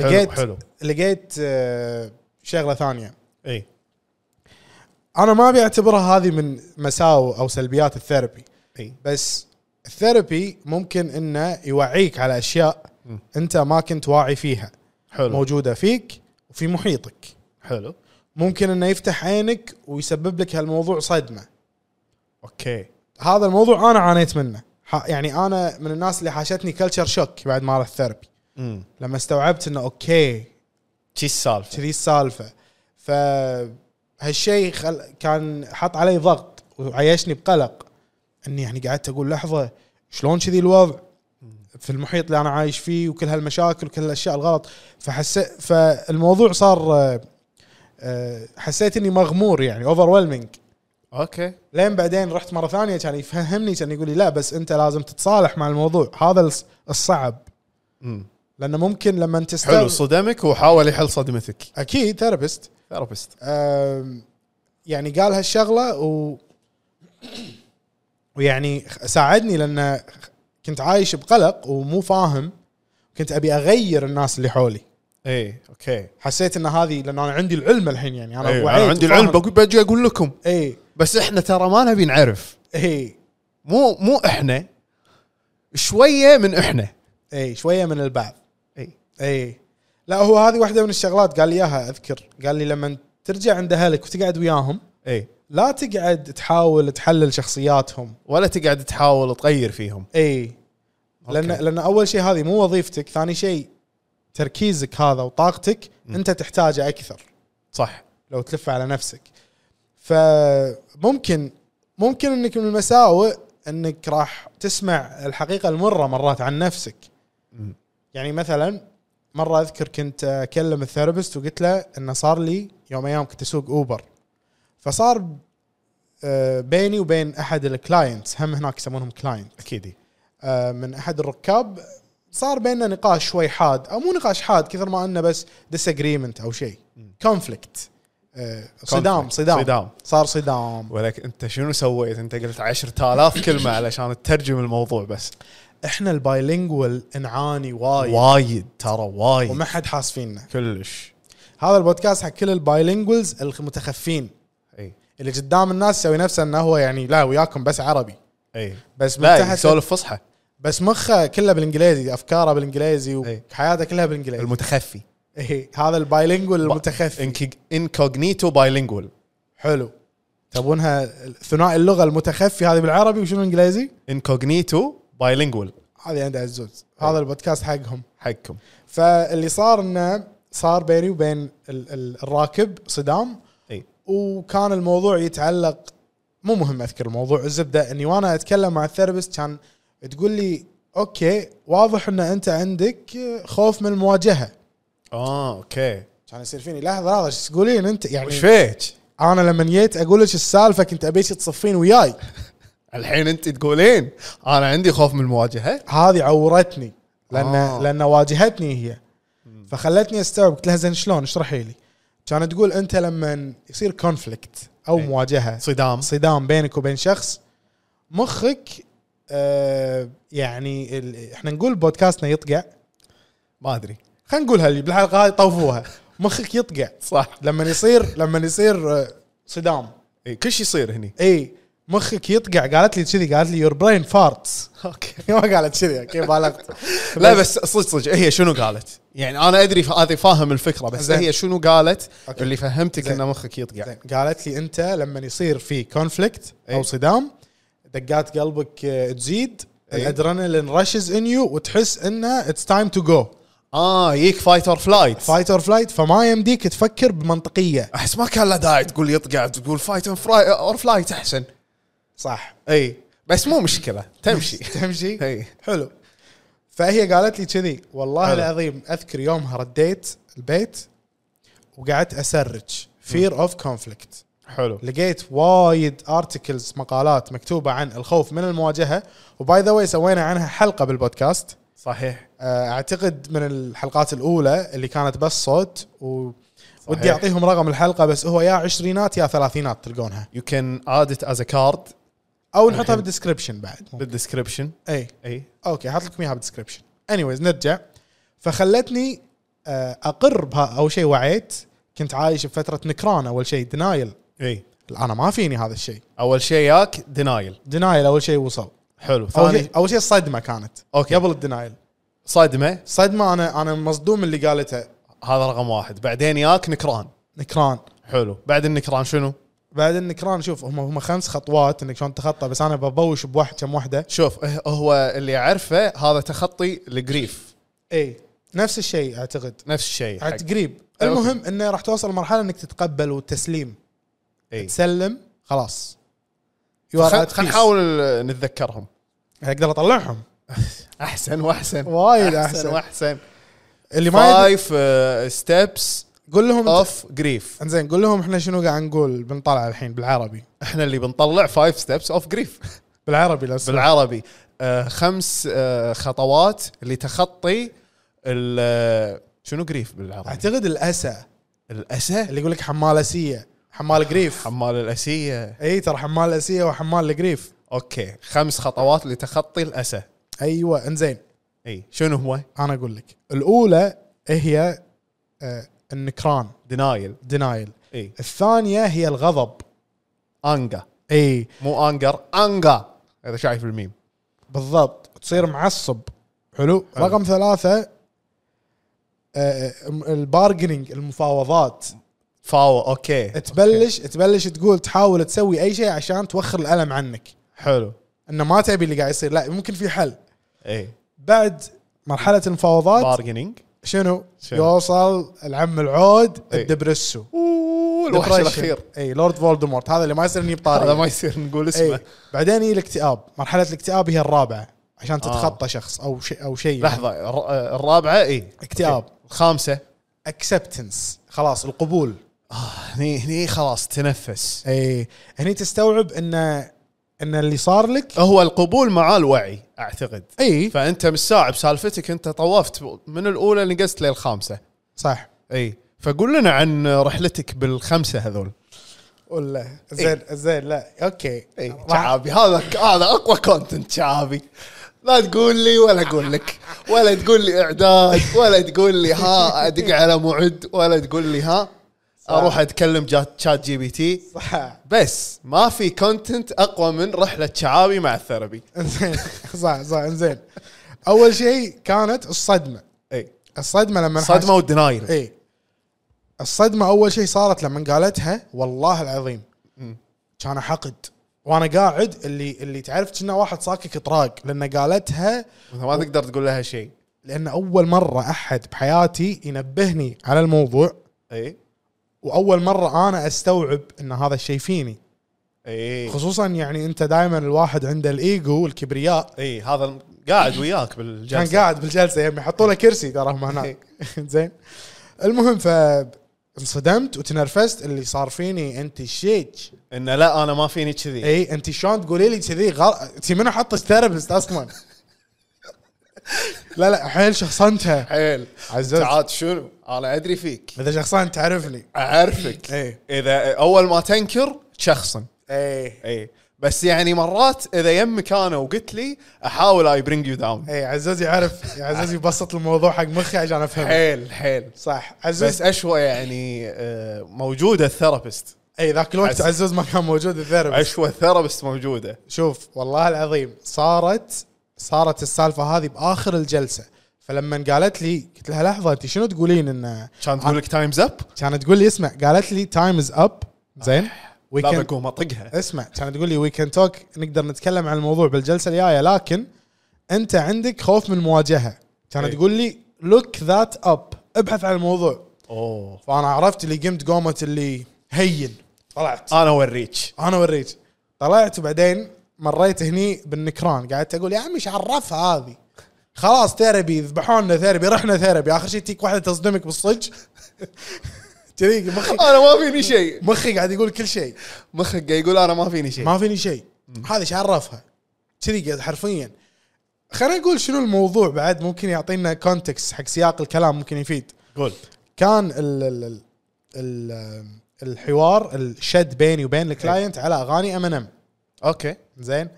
B: لقيت
C: حلو
B: لقيت آه، شغله ثانيه
C: اي
B: انا ما ابي اعتبرها هذه من مساوئ او سلبيات الثيرابي
C: اي
B: بس الثيرابي ممكن انه يوعيك على اشياء
C: مم.
B: انت ما كنت واعي فيها
C: حلو
B: موجوده فيك وفي محيطك
C: حلو
B: ممكن انه يفتح عينك ويسبب لك هالموضوع صدمه
C: اوكي
B: هذا الموضوع انا عانيت منه ح- يعني انا من الناس اللي حاشتني كلتشر شوك بعد ما رحت ثيرابي
C: امم
B: لما استوعبت انه اوكي
C: شي السالفه
B: كذي السالفه ف هالشيء خل... كان حط علي ضغط وعيشني بقلق اني يعني قعدت اقول لحظه شلون كذي الوضع في المحيط اللي انا عايش فيه وكل هالمشاكل وكل هالاشياء الغلط فحسيت فالموضوع صار آه، آه، حسيت اني مغمور يعني اوفر
C: اوكي
B: لين بعدين رحت مره ثانيه كان يفهمني كان يقول لي لا بس انت لازم تتصالح مع الموضوع هذا الص- الصعب
C: مم.
B: لانه ممكن لما انت
C: حلو صدمك وحاول يحل صدمتك
B: اكيد ثيرابيست
C: ثيرابيست
B: أم، يعني قال هالشغله و ويعني ساعدني لان كنت عايش بقلق ومو فاهم كنت ابي اغير الناس اللي حولي
C: اي اوكي
B: حسيت ان هذه لان انا عندي العلم الحين يعني انا
C: أيوة،
B: وعيت
C: انا عندي
B: وفاهم. إيه،
C: العلم بقول بجي اقول لكم
B: اي
C: بس احنا ترى ما نبي نعرف
B: اي
C: مو مو احنا شويه من احنا
B: اي شويه إيه، من البعض
C: اي
B: اي لا هو هذه واحده من الشغلات قال لي اياها اذكر قال لي لما ترجع عند اهلك وتقعد وياهم إيه،
C: اي
B: لا تقعد تحاول تحلل شخصياتهم
C: ولا تقعد تحاول تغير فيهم
B: اي لان
C: أوكي.
B: لان اول شيء هذه مو وظيفتك، ثاني شيء تركيزك هذا وطاقتك
C: م.
B: انت تحتاجه اكثر
C: صح
B: لو تلف على نفسك. فممكن ممكن انك من المساوئ انك راح تسمع الحقيقه المره مرات عن نفسك.
C: م.
B: يعني مثلا مره اذكر كنت اكلم الثيرابيست وقلت له انه صار لي يوم ايام كنت اسوق اوبر فصار آه، بيني وبين احد الكلاينتس هم هناك يسمونهم كلاينت
C: اكيد
B: آه، من احد الركاب صار بيننا نقاش شوي حاد او مو نقاش حاد كثر ما انه بس ديس اجريمنت او شيء كونفليكت صدام
C: Conflict.
B: صدام
C: صدام.
B: صار صدام
C: ولك انت شنو سويت انت قلت 10000 كلمه علشان تترجم الموضوع بس
B: احنا البايلينجوال نعاني وايد
C: وايد ترى وايد
B: وما حد حاس فينا
C: كلش
B: هذا البودكاست حق كل البايلينجوالز المتخفين
C: اي
B: اللي قدام الناس يسوي نفسه انه هو يعني لا وياكم بس عربي
C: اي
B: بس
C: إيه. لا
B: متحت
C: يسولف فصحى
B: بس مخه كله بالانجليزي افكاره بالانجليزي
C: إي.
B: وحياته كلها بالانجليزي
C: المتخفي
B: إي، هذا البايلينجوال المتخفي
C: انكوجنيتو بايلينجوال
B: حلو تبونها ثنائي اللغه المتخفي هذه بالعربي وشنو الانجليزي؟
C: انكوجنيتو بايلينجوال
B: هذه عند عزوز هذا البودكاست حقهم
C: حقكم
B: فاللي صار انه صار بيني وبين ال- ال- الراكب صدام
C: اي
B: وكان الموضوع يتعلق مو مهم اذكر الموضوع الزبده اني وانا اتكلم مع الثيرابيست كان تقول لي اوكي واضح ان انت عندك خوف من المواجهه
C: اه اوكي
B: كان يصير فيني لحظه لحظه ايش تقولين انت يعني
C: وش فيك؟
B: انا لما جيت اقول لك السالفه كنت ابيك تصفين وياي
C: الحين انت تقولين انا عندي خوف من المواجهه
B: هذه عورتني لان آه.
C: آه.
B: لان واجهتني هي فخلتني استوعب قلت لها زين شلون اشرحي لي كانت تقول انت لما يصير كونفليكت او
C: أي.
B: مواجهه
C: صدام
B: صدام بينك وبين شخص مخك آه يعني ال... احنا نقول بودكاستنا يطقع
C: ما ادري
B: خلينا نقولها اللي بالحلقه هاي طوفوها مخك يطقع
C: صح
B: لما يصير لما يصير آه، صدام
C: إي، إيه، كل شيء يصير هني
B: اي مخك يطقع قالت لي كذي قالت لي يور برين فارتس
C: اوكي
B: ما قالت كذي اوكي بالغت
C: لا بس صدق صدق هي شنو قالت؟ يعني انا ادري ف- هذه فاهم الفكره بس
B: زين.
C: هي شنو قالت
B: أوكي.
C: اللي فهمتك
B: زين.
C: ان مخك يطقع
B: زين قالت لي انت لما يصير في كونفليكت او
C: إي.
B: صدام دقات قلبك آه، تزيد
C: إي.
B: الادرينالين رشز ان يو وتحس انه اتس تايم تو جو
C: اه يجيك فايت اور فلايت
B: فايت اور فلايت فما يمديك تفكر بمنطقيه
C: احس ما كان له داعي تقول يطقع تقول فايت اور فلايت احسن
B: صح
C: اي بس مو مشكله تمشي
B: تمشي
C: اي
B: حلو فهي قالت لي كذي والله
C: حلو.
B: العظيم اذكر يومها رديت البيت وقعدت اسرج فير اوف كونفليكت
C: حلو
B: لقيت وايد ارتكلز مقالات مكتوبه عن الخوف من المواجهه وباي ذا واي سوينا عنها حلقه بالبودكاست
C: صحيح
B: آه، اعتقد من الحلقات الاولى اللي كانت بس صوت و ودي
C: صحيح.
B: اعطيهم رقم الحلقه بس هو يا عشرينات يا ثلاثينات تلقونها
C: يو كان اد ات از ا كارد
B: او نحطها
C: الحين.
B: بالدسكربشن بعد
C: بالدسكربشن
B: اي
C: اي
B: اوكي إيه. حاط لكم اياها بالدسكربشن anyways نرجع فخلتني آه، اقر بها اول شيء وعيت كنت عايش بفتره نكران اول شيء دنايل
C: اي
B: انا ما فيني هذا الشيء
C: اول شيء ياك دينايل
B: دنايل اول شيء وصل
C: حلو
B: اول
C: ثاني
B: شيء اول شيء الصدمه كانت
C: أوكي.
B: قبل الدنايل
C: صدمه
B: صدمه انا انا مصدوم اللي قالته
C: هذا رقم واحد بعدين ياك نكران
B: نكران
C: حلو بعد النكران شنو؟
B: بعد النكران شوف هم هم خمس خطوات انك شلون تخطى بس انا ببوش بواحد كم واحده
C: شوف ه- هو اللي اعرفه هذا تخطي الجريف
B: اي إيه. نفس الشيء اعتقد
C: نفس الشيء حق-
B: عاد قريب
C: أوكي.
B: المهم انه راح توصل مرحله انك تتقبل والتسليم
C: اي
B: تسلم خلاص You are at
C: خلينا
B: peace.
C: نحاول نتذكرهم
B: اقدر اطلعهم
C: احسن واحسن
B: وايد أحسن.
C: احسن واحسن
B: اللي ما يد-
C: فايف آه، ستيبس
B: قول لهم أنت-
C: اوف جريف
B: انزين قول لهم احنا شنو قاعد نقول بنطلع الحين بالعربي
C: احنا اللي بنطلع فايف ستيبس اوف جريف
B: بالعربي لو سمحت.
C: بالعربي آه خمس آه خطوات لتخطي ال- آه، شنو جريف بالعربي؟
B: اعتقد الاسى
C: الاسى
B: اللي يقول لك حمالسيه حمال قريف
C: حمال الاسيه
B: اي ترى حمال اسيه وحمال القريف
C: اوكي خمس خطوات لتخطي الاسى
B: ايوه انزين
C: اي شنو هو؟
B: انا اقول لك الاولى هي آه النكران
C: دينايل
B: دينايل
C: اي
B: الثانيه هي الغضب
C: انجا
B: اي
C: مو انجر انجا اذا شايف الميم
B: بالضبط تصير معصب حلو رقم ثلاثه آه البارجنينج المفاوضات
C: فاو اوكي
B: تبلش تبلش تقول تحاول تسوي اي شيء عشان توخر الالم عنك
C: حلو
B: انه ما تبي اللي قاعد يصير لا ممكن في حل
C: اي
B: بعد مرحله المفاوضات
C: بارجنينج
B: شنو
C: شنو؟
B: يوصل العم العود
C: إي.
B: الدبرسو
C: الوحش الاخير
B: اي لورد فولدمورت هذا اللي ما يصير يجيب
C: هذا
B: طاري
C: ما يصير نقول
B: اي
C: اسمه
B: بعدين يجي الاكتئاب مرحله الاكتئاب هي الرابعه
C: آه.
B: عشان تتخطى شخص او شيء او شيء
C: لحظه الر- إيه. الرابعه اي
B: اكتئاب
C: الخامسه
B: اكسبتنس خلاص القبول
C: هني هني خلاص تنفس
B: اي هني تستوعب ان ان اللي صار لك
C: هو القبول مع الوعي اعتقد
B: اي
C: فانت مستوعب سالفتك انت طوفت من الاولى نقصت للخامسه
B: صح
C: اي فقول إيه. لنا عن رحلتك بالخمسه هذول
B: ولا زين زين لا اوكي
C: اي
B: راح-
C: إيه، شعابي هذا هذا اقوى كونتنت شعابي لا تقول لي ولا اقول لك ولا تقول لي اعداد ولا تقول لي ها ادق على موعد ولا تقول لي ها اروح اتكلم جات- شات جي بي تي
B: صح
C: بس ما في كونتنت اقوى من رحله شعابي مع الثربي
B: انزين صح صح انزين اول شيء كانت الصدمه
C: اي
B: الصدمه لما انحاش-
C: صدمه والدنايل
B: اي الصدمه اول شيء صارت لما قالتها والله العظيم كان حقد وانا قاعد اللي اللي تعرف كنا واحد صاكك طراق لان قالتها
C: ما تقدر تقول لها شيء
B: لان اول مره احد بحياتي ينبهني على الموضوع
C: اي
B: واول مره انا استوعب ان هذا الشيء فيني
C: اي
B: خصوصا يعني انت دائما الواحد عنده الايجو والكبرياء
C: اي إيه. هذا قاعد وياك
B: كان
C: بالجلسه
B: قاعد بالجلسه يمي حطوا له كرسي ترى هم هناك زين المهم ف انصدمت وتنرفزت اللي صار فيني انت شيج
C: انه لا انا ما فيني كذي
B: اي انت شلون تقولي لي كذي غلط انت منو حطش ثيرابيست اصلا لا لا حيل شخصنتها
C: حيل
B: عزوز.
C: تعال شنو انا ادري فيك
B: اذا شخصنت تعرفني
C: اعرفك
B: إيه.
C: اذا اول ما تنكر شخصا
B: اي
C: اي بس يعني مرات اذا يمك انا وقلت لي احاول اي برينج يو داون
B: اي عزوز يعرف عزوز يبسط الموضوع حق مخي عشان افهمه
C: حيل حيل
B: صح
C: إيه. بس
B: عزوز
C: اشوى يعني آه، موجوده الثيرابيست
B: اي ذاك الوقت
C: عز-
B: عزوز ما كان موجود الثيرابيست
C: اشوى الثيرابيست موجوده
B: شوف والله العظيم صارت صارت السالفه هذه باخر الجلسه فلما قالت لي قلت لها لحظه انت شنو تقولين ان
C: كان تقول لك تايمز اب
B: كانت تقول لي اسمع قالت لي تايم از اب زين we
C: لا
B: can- إيه.
C: بقوم اطقها
B: اسمع كانت تقول لي وي كان توك نقدر نتكلم عن الموضوع بالجلسه الجايه لكن انت عندك خوف من المواجهه كانت
C: إي.
B: تقول لي لوك ذات اب ابحث عن الموضوع
C: اوه
B: فانا عرفت اللي قمت قومت اللي هين طلعت
C: انا اوريك
B: انا اوريك طلعت وبعدين مريت هني بالنكران قعدت اقول يا عمي ايش عرفها هذه خلاص ثيرابي ذبحونا ثيرابي رحنا ثيرابي اخر شيء تجيك واحده تصدمك بالصج كذي مخي
C: انا ما فيني شيء
B: مخي قاعد يقول كل شيء
C: مخك قاعد يقول انا ما فيني شيء
B: ما فيني شيء هذا ايش عرفها كذي قاعد حرفيا خلينا نقول شنو الموضوع بعد ممكن يعطينا كونتكست حق سياق الكلام ممكن يفيد
C: قول
B: كان ال ال ال ال الحوار الشد بيني وبين الكلاينت على اغاني ام ان ام
C: اوكي
B: زين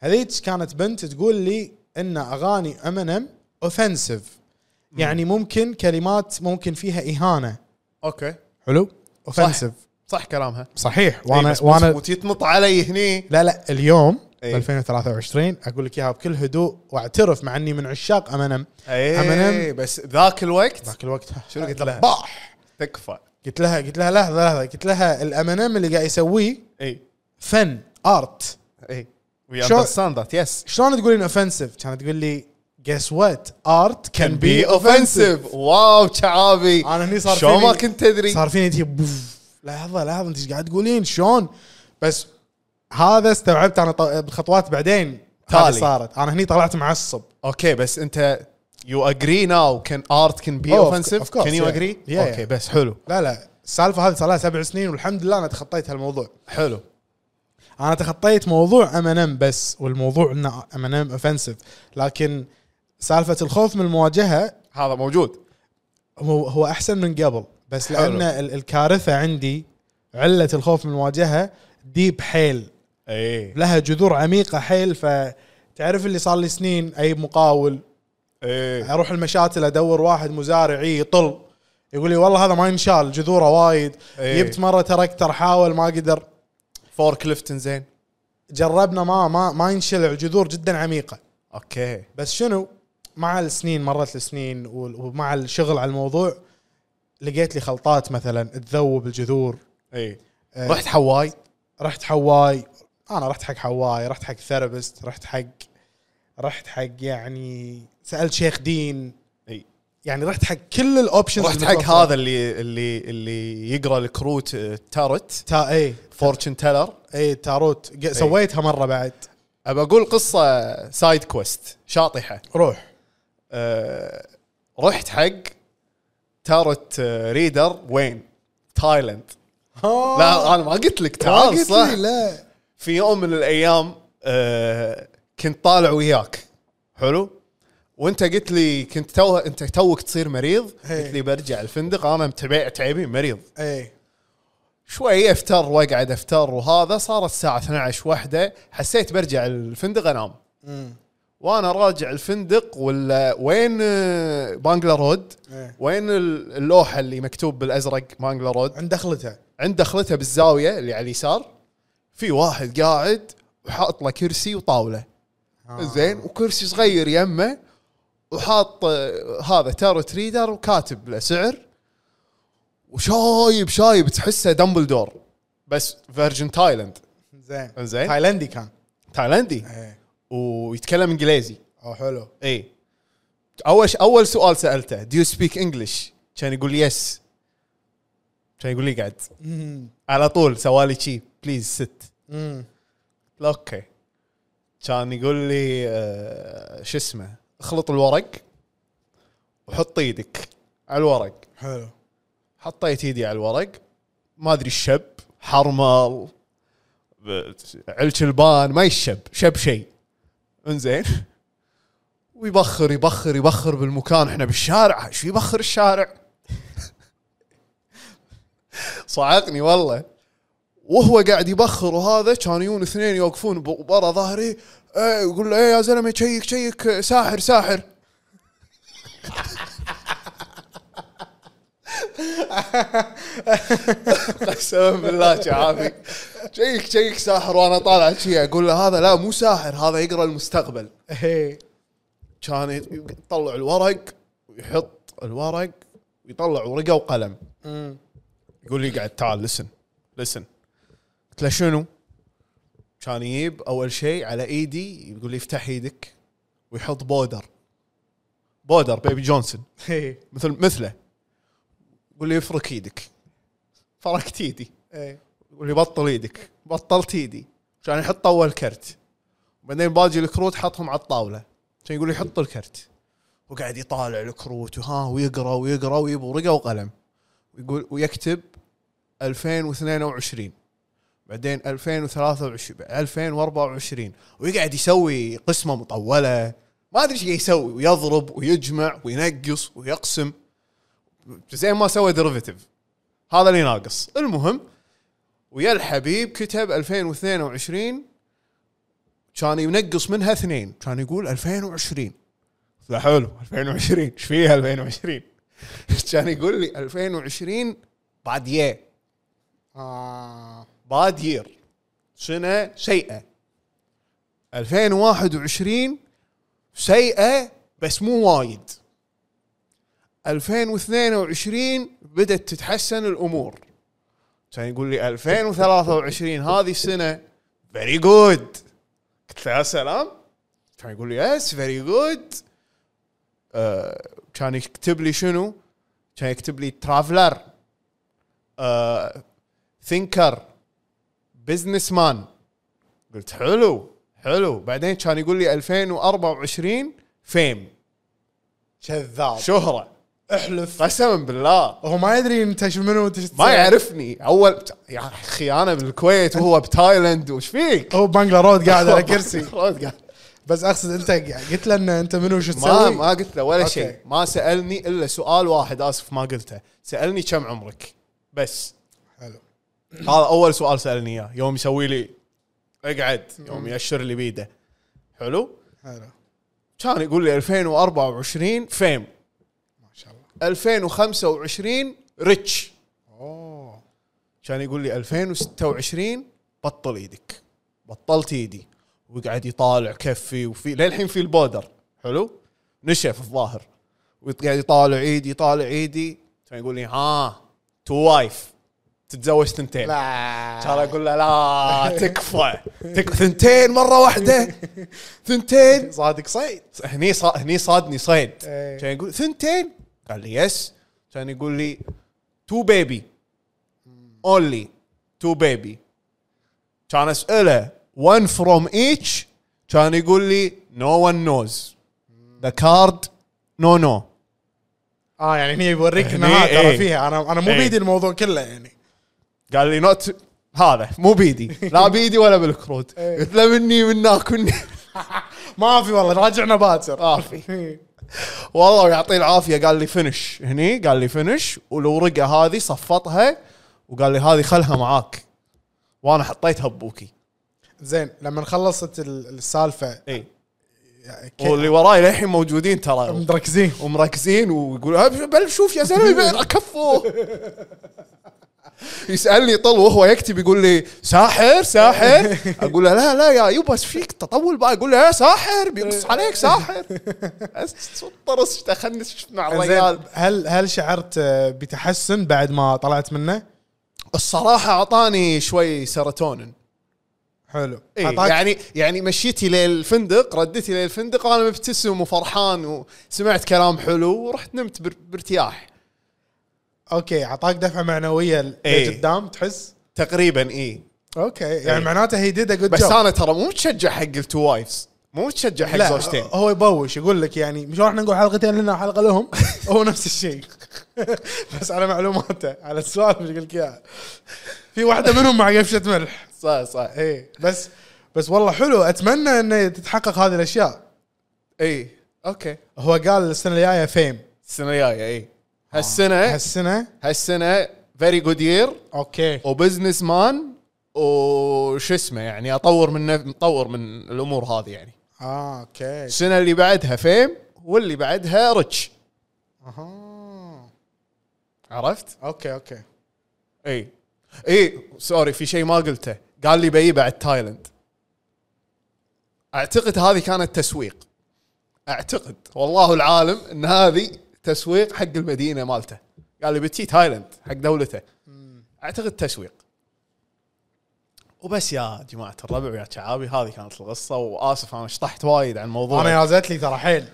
B: هذيك كانت بنت تقول لي ان اغاني ام ان ام اوفنسيف يعني ممكن كلمات ممكن فيها اهانه
C: اوكي
B: حلو اوفنسيف
C: صح كلامها
B: صحيح
C: إي،
B: وانا
C: بس-
B: وانا
C: بس وتيتنط علي هني
B: لا لا اليوم
C: أي.
B: أيه. 2023 اقول لك اياها بكل هدوء واعترف مع اني من عشاق ام ان ام
C: اي
B: M&M.
C: إيه، بس ذاك الوقت
B: ذاك الوقت
C: شنو قلت لها؟
B: باح
C: تكفى
B: قلت لها قلت لها لحظه لحظه قلت لها الام ان ام اللي قاعد يسويه
C: اي
B: فن ارت
C: اي وي
B: شو-
C: اندرستاند ذات يس
B: شلون تقولين اوفنسيف؟ كانت تقول لي جس وات ارت كان
C: كان
B: بي
C: بي
B: اوفنسيف
C: اوفنسيف واو شعابي
B: انا هني صار
C: شو ما
B: فيني-
C: كنت تدري
B: صار فيني تي بوف. لحظه لحظه انت ايش قاعد تقولين شلون بس هذا استوعبت انا طو- بخطوات بعدين هذه
C: تالي.
B: صارت انا هني طلعت معصب
C: اوكي بس انت يو اجري ناو كان ارت كان بي
B: Oh, of
C: اوفنسيف
B: course,
C: كان يو
B: yeah.
C: اجري
B: Yeah,
C: اوكي
B: yeah.
C: بس حلو
B: لا لا السالفه هذه صار لها سبع سنين والحمد لله انا تخطيت هالموضوع
C: حلو
B: انا تخطيت موضوع ام ان ام بس والموضوع ان ام ان ام اوفنسيف لكن سالفه الخوف من المواجهه
C: هذا موجود
B: هو هو احسن من قبل بس
C: حلو.
B: لان ال- الكارثه عندي عله الخوف من المواجهه ديب حيل
C: اي
B: لها جذور عميقه حيل فتعرف اللي صار لي سنين اي مقاول
C: اي
B: اروح المشاتل ادور واحد مزارع يطل يقول لي والله هذا ما ينشال جذوره وايد
C: إيه.
B: جبت مره تراكتر حاول ما قدر
C: فورك ليفت زين
B: جربنا ما ما ما ينشلع جذور جدا عميقه
C: اوكي
B: بس شنو مع السنين مرت السنين وال- ومع الشغل على الموضوع لقيت لي خلطات مثلا تذوب الجذور
C: اي
B: آه.
C: إيه. رحت حواي
B: رحت حواي انا رحت حق حواي رحت حق ثيرابيست رحت حق رحت حق يعني سالت شيخ دين
C: اي
B: يعني رحت حق كل الاوبشنز
C: رحت حق هذا اللي اللي اللي يقرا الكروت آه، تارت
B: تا اي
C: فورتشن تيلر
B: اي تاروت ق- سويتها مره بعد
C: ابى اقول قصه سايد كويست شاطحه
B: روح
C: أه رحت حق تارت آه، ريدر وين؟ تايلاند لا انا ما قلت لك تعال صح
B: لا
C: في يوم من الايام أه كنت طالع وياك حلو؟ وانت قلت لي كنت تو انت توك تصير مريض
B: إيه.
C: قلت لي برجع الفندق انا متبع تعبي مريض
B: اي
C: شوي افتر واقعد افتر وهذا صارت الساعه 12 واحدة حسيت برجع الفندق انام وانا راجع الفندق ولا وين آه، بانجلا رود
B: إيه.
C: وين ال- اللوحه اللي مكتوب بالازرق بانجلا رود
B: عند دخلتها
C: عند دخلتها بالزاويه اللي على اليسار في واحد قاعد وحاط له كرسي وطاوله
B: آه.
C: زين وكرسي صغير يمه وحاط آه، هذا تارو تريدر وكاتب له سعر وشايب شايب تحسه دمبلدور بس فيرجن تايلاند
B: زين
C: زين.
B: تايلندي كان
C: تايلندي
B: ايه
C: ويتكلم انجليزي
B: او حلو
C: اي اول ش... اول سؤال سالته دو يو سبيك انجلش كان يقول يس كان يقول لي قعد على طول سوالي شي بليز ست
B: مم.
C: اوكي كان يقول لي آه، شو اسمه اخلط الورق وحط ايدك على الورق
B: حلو
C: حطيت ايدي على الورق ما ادري الشب حرمل ب- علش البان ما يشب شب شيء انزين ويبخر يبخر يبخر بالمكان احنا بالشارع ايش يبخر الشارع صعقني والله وهو قاعد يبخر وهذا كان يجون اثنين يوقفون ب- برا ظهري ايه يقول له ايه يا زلمه شيك شيك ساحر ساحر قسما بالله شعافي شيك شيك ساحر وانا طالع شي اقول له هذا لا مو ساحر هذا يقرا المستقبل
B: إيه.
C: كان يت- يطلع الورق ويحط الورق ويطلع ورقه وقلم
B: أمم.
C: يقول لي قاعد تعال لسن لسن قلت له شنو؟ كان يجيب اول شيء على ايدي يقول لي افتح ايدك ويحط بودر بودر بيبي جونسون
B: إيه.
C: مثل مثله يقول لي افرك ايدك فركت ايدي
B: إيه.
C: يقول لي بطل ايدك بطلت ايدي عشان يحط اول كرت بعدين باجي الكروت حطهم على الطاوله عشان يقول لي حط الكرت وقاعد يطالع الكروت وها ويقرا ويقرا ويجيب ورقه وقلم ويقول ويكتب 2022 بعدين 2023 2024 ويقعد يسوي قسمه مطوله ما ادري ايش قاعد يسوي ويضرب ويجمع وينقص ويقسم زين ما سوى ديريفيتيف هذا اللي ناقص المهم ويا الحبيب كتب 2022 كان ينقص منها اثنين كان يقول 2020 قلت له حلو 2020 ايش فيها 2020 كان يقول لي 2020 بعد يا
B: آه.
C: بعد يير سنه سيئه 2021 سيئه بس مو وايد 2022 بدات تتحسن الامور كان يقول لي 2023 هذه السنه فيري جود قلت له يا سلام كان يقول لي يس فيري جود آه، كان يكتب لي شنو؟ كان يكتب لي آه، ترافلر ثينكر بزنس مان قلت حلو حلو بعدين كان يقول لي 2024 فيم
B: كذاب
C: شهره احلف قسما بالله
B: هو ما يدري انت شو منو انت شو
C: ما يعني.
B: تسوي.
C: يعرفني اول يا اخي انا بالكويت وهو بتايلند وش فيك؟
B: هو بانجلا رود قاعد على كرسي
C: خلاص قاعد.
B: بس اقصد انت قلت له ان انت منو شو
C: ما
B: تسوي؟
C: ما قلت له ولا
B: أوكي.
C: شيء ما سالني الا سؤال واحد اسف ما قلته سالني كم عمرك بس
B: حلو
C: هذا اول سؤال سالني اياه يوم يسوي لي اقعد يوم ياشر لي بيده حلو
B: حلو
C: كان يقول لي 2024 فيم
B: ما شاء الله
C: 2025 ريتش
B: اوه
C: كان يقول لي 2026 بطل ايدك بطلت ايدي وقعد يطالع كفي وفي للحين في البودر حلو نشف الظاهر وقاعد يطالع ايدي يطالع ايدي كان يقول لي ها تو وايف تتزوج ثنتين
B: لا
C: كان اقول له لا تكفى تكفى ثنتين مره واحده ثنتين
B: صادق صيد
C: هني صا... هني صادني صيد
B: إيه.
C: كان يقول ثنتين قال لي يس كان يقول لي تو بيبي اونلي تو بيبي كان اساله one فروم each كان يقول لي نو one نوز ذا كارد نو نو
B: اه يعني هني يوريك ان
C: هني
B: ها
C: إيه.
B: ترى فيها انا انا مو
C: إيه.
B: بيدي الموضوع كله يعني
C: قال لي نوت هذا مو بيدي لا بيدي ولا بالكروت
B: إيه.
C: قلت له مني مناك مني
B: ما في والله راجعنا باكر
C: ما في والله يعطيه العافيه قال لي فنش هني قال لي فنش والورقه هذه صفطها وقال لي هذه خلها معاك وانا حطيتها ببوكي
B: زين لما خلصت ال- السالفه
C: اي
B: يعني كيف-
C: واللي وراي للحين موجودين ترى
B: مركزين
C: ومركزين ويقول بل شوف يا زلمه كفو يسالني طل وهو يكتب يقول لي ساحر ساحر اقول له لا لا يا يبا ايش فيك تطول بقى اقول له يا ساحر بيقص عليك ساحر أس- طرس تخنس مع الرجال
B: زين هل هل شعرت آه، بتحسن بعد ما طلعت منه؟
C: الصراحه اعطاني شوي سيروتونين
B: حلو
C: إيه
B: أعطاك-
C: يعني يعني مشيتي للفندق رديتي للفندق وانا مبتسم وفرحان وسمعت كلام حلو ورحت نمت بر- بارتياح
B: اوكي اعطاك دفعه معنويه ل-
C: إيه.
B: لقدام تحس
C: تقريبا اي
B: اوكي يعني معناته هي ديد جود
C: بس
B: جوب
C: انا ترى مو متشجع حق التو وايفز مو تشجع حق
B: لا
C: زوجتين
B: هو يبوش يقول لك يعني مش راح نقول حلقتين لنا وحلقه لهم هو نفس الشيء بس على معلوماته على السؤال مش يقول لك اياها في واحده منهم مع قفشه ملح
C: صح صح
B: اي بس بس والله حلو اتمنى انه تتحقق هذه الاشياء
C: اي اوكي
B: هو قال السنه الجايه فيم
C: السنه الجايه اي هالسنه
B: هالسنه
C: هالسنه فيري جود يير
B: اوكي
C: وبزنس مان وش اسمه يعني اطور من نف- مطور من الامور هذه يعني
B: اه اوكي
C: السنه اللي بعدها فيم واللي بعدها ريتش
B: اها
C: عرفت؟
B: اوكي اوكي
C: اي اي إيه. سوري في شيء ما قلته قال لي بيي بعد تايلند اعتقد هذه كانت تسويق اعتقد والله العالم ان هذه تسويق حق المدينه مالته قال لي بتي تايلند حق دولته اعتقد تسويق وبس يا جماعه الربع ويا شعابي هذه كانت القصه واسف انا شطحت وايد عن موضوع
B: انا يازت لي ترى حيل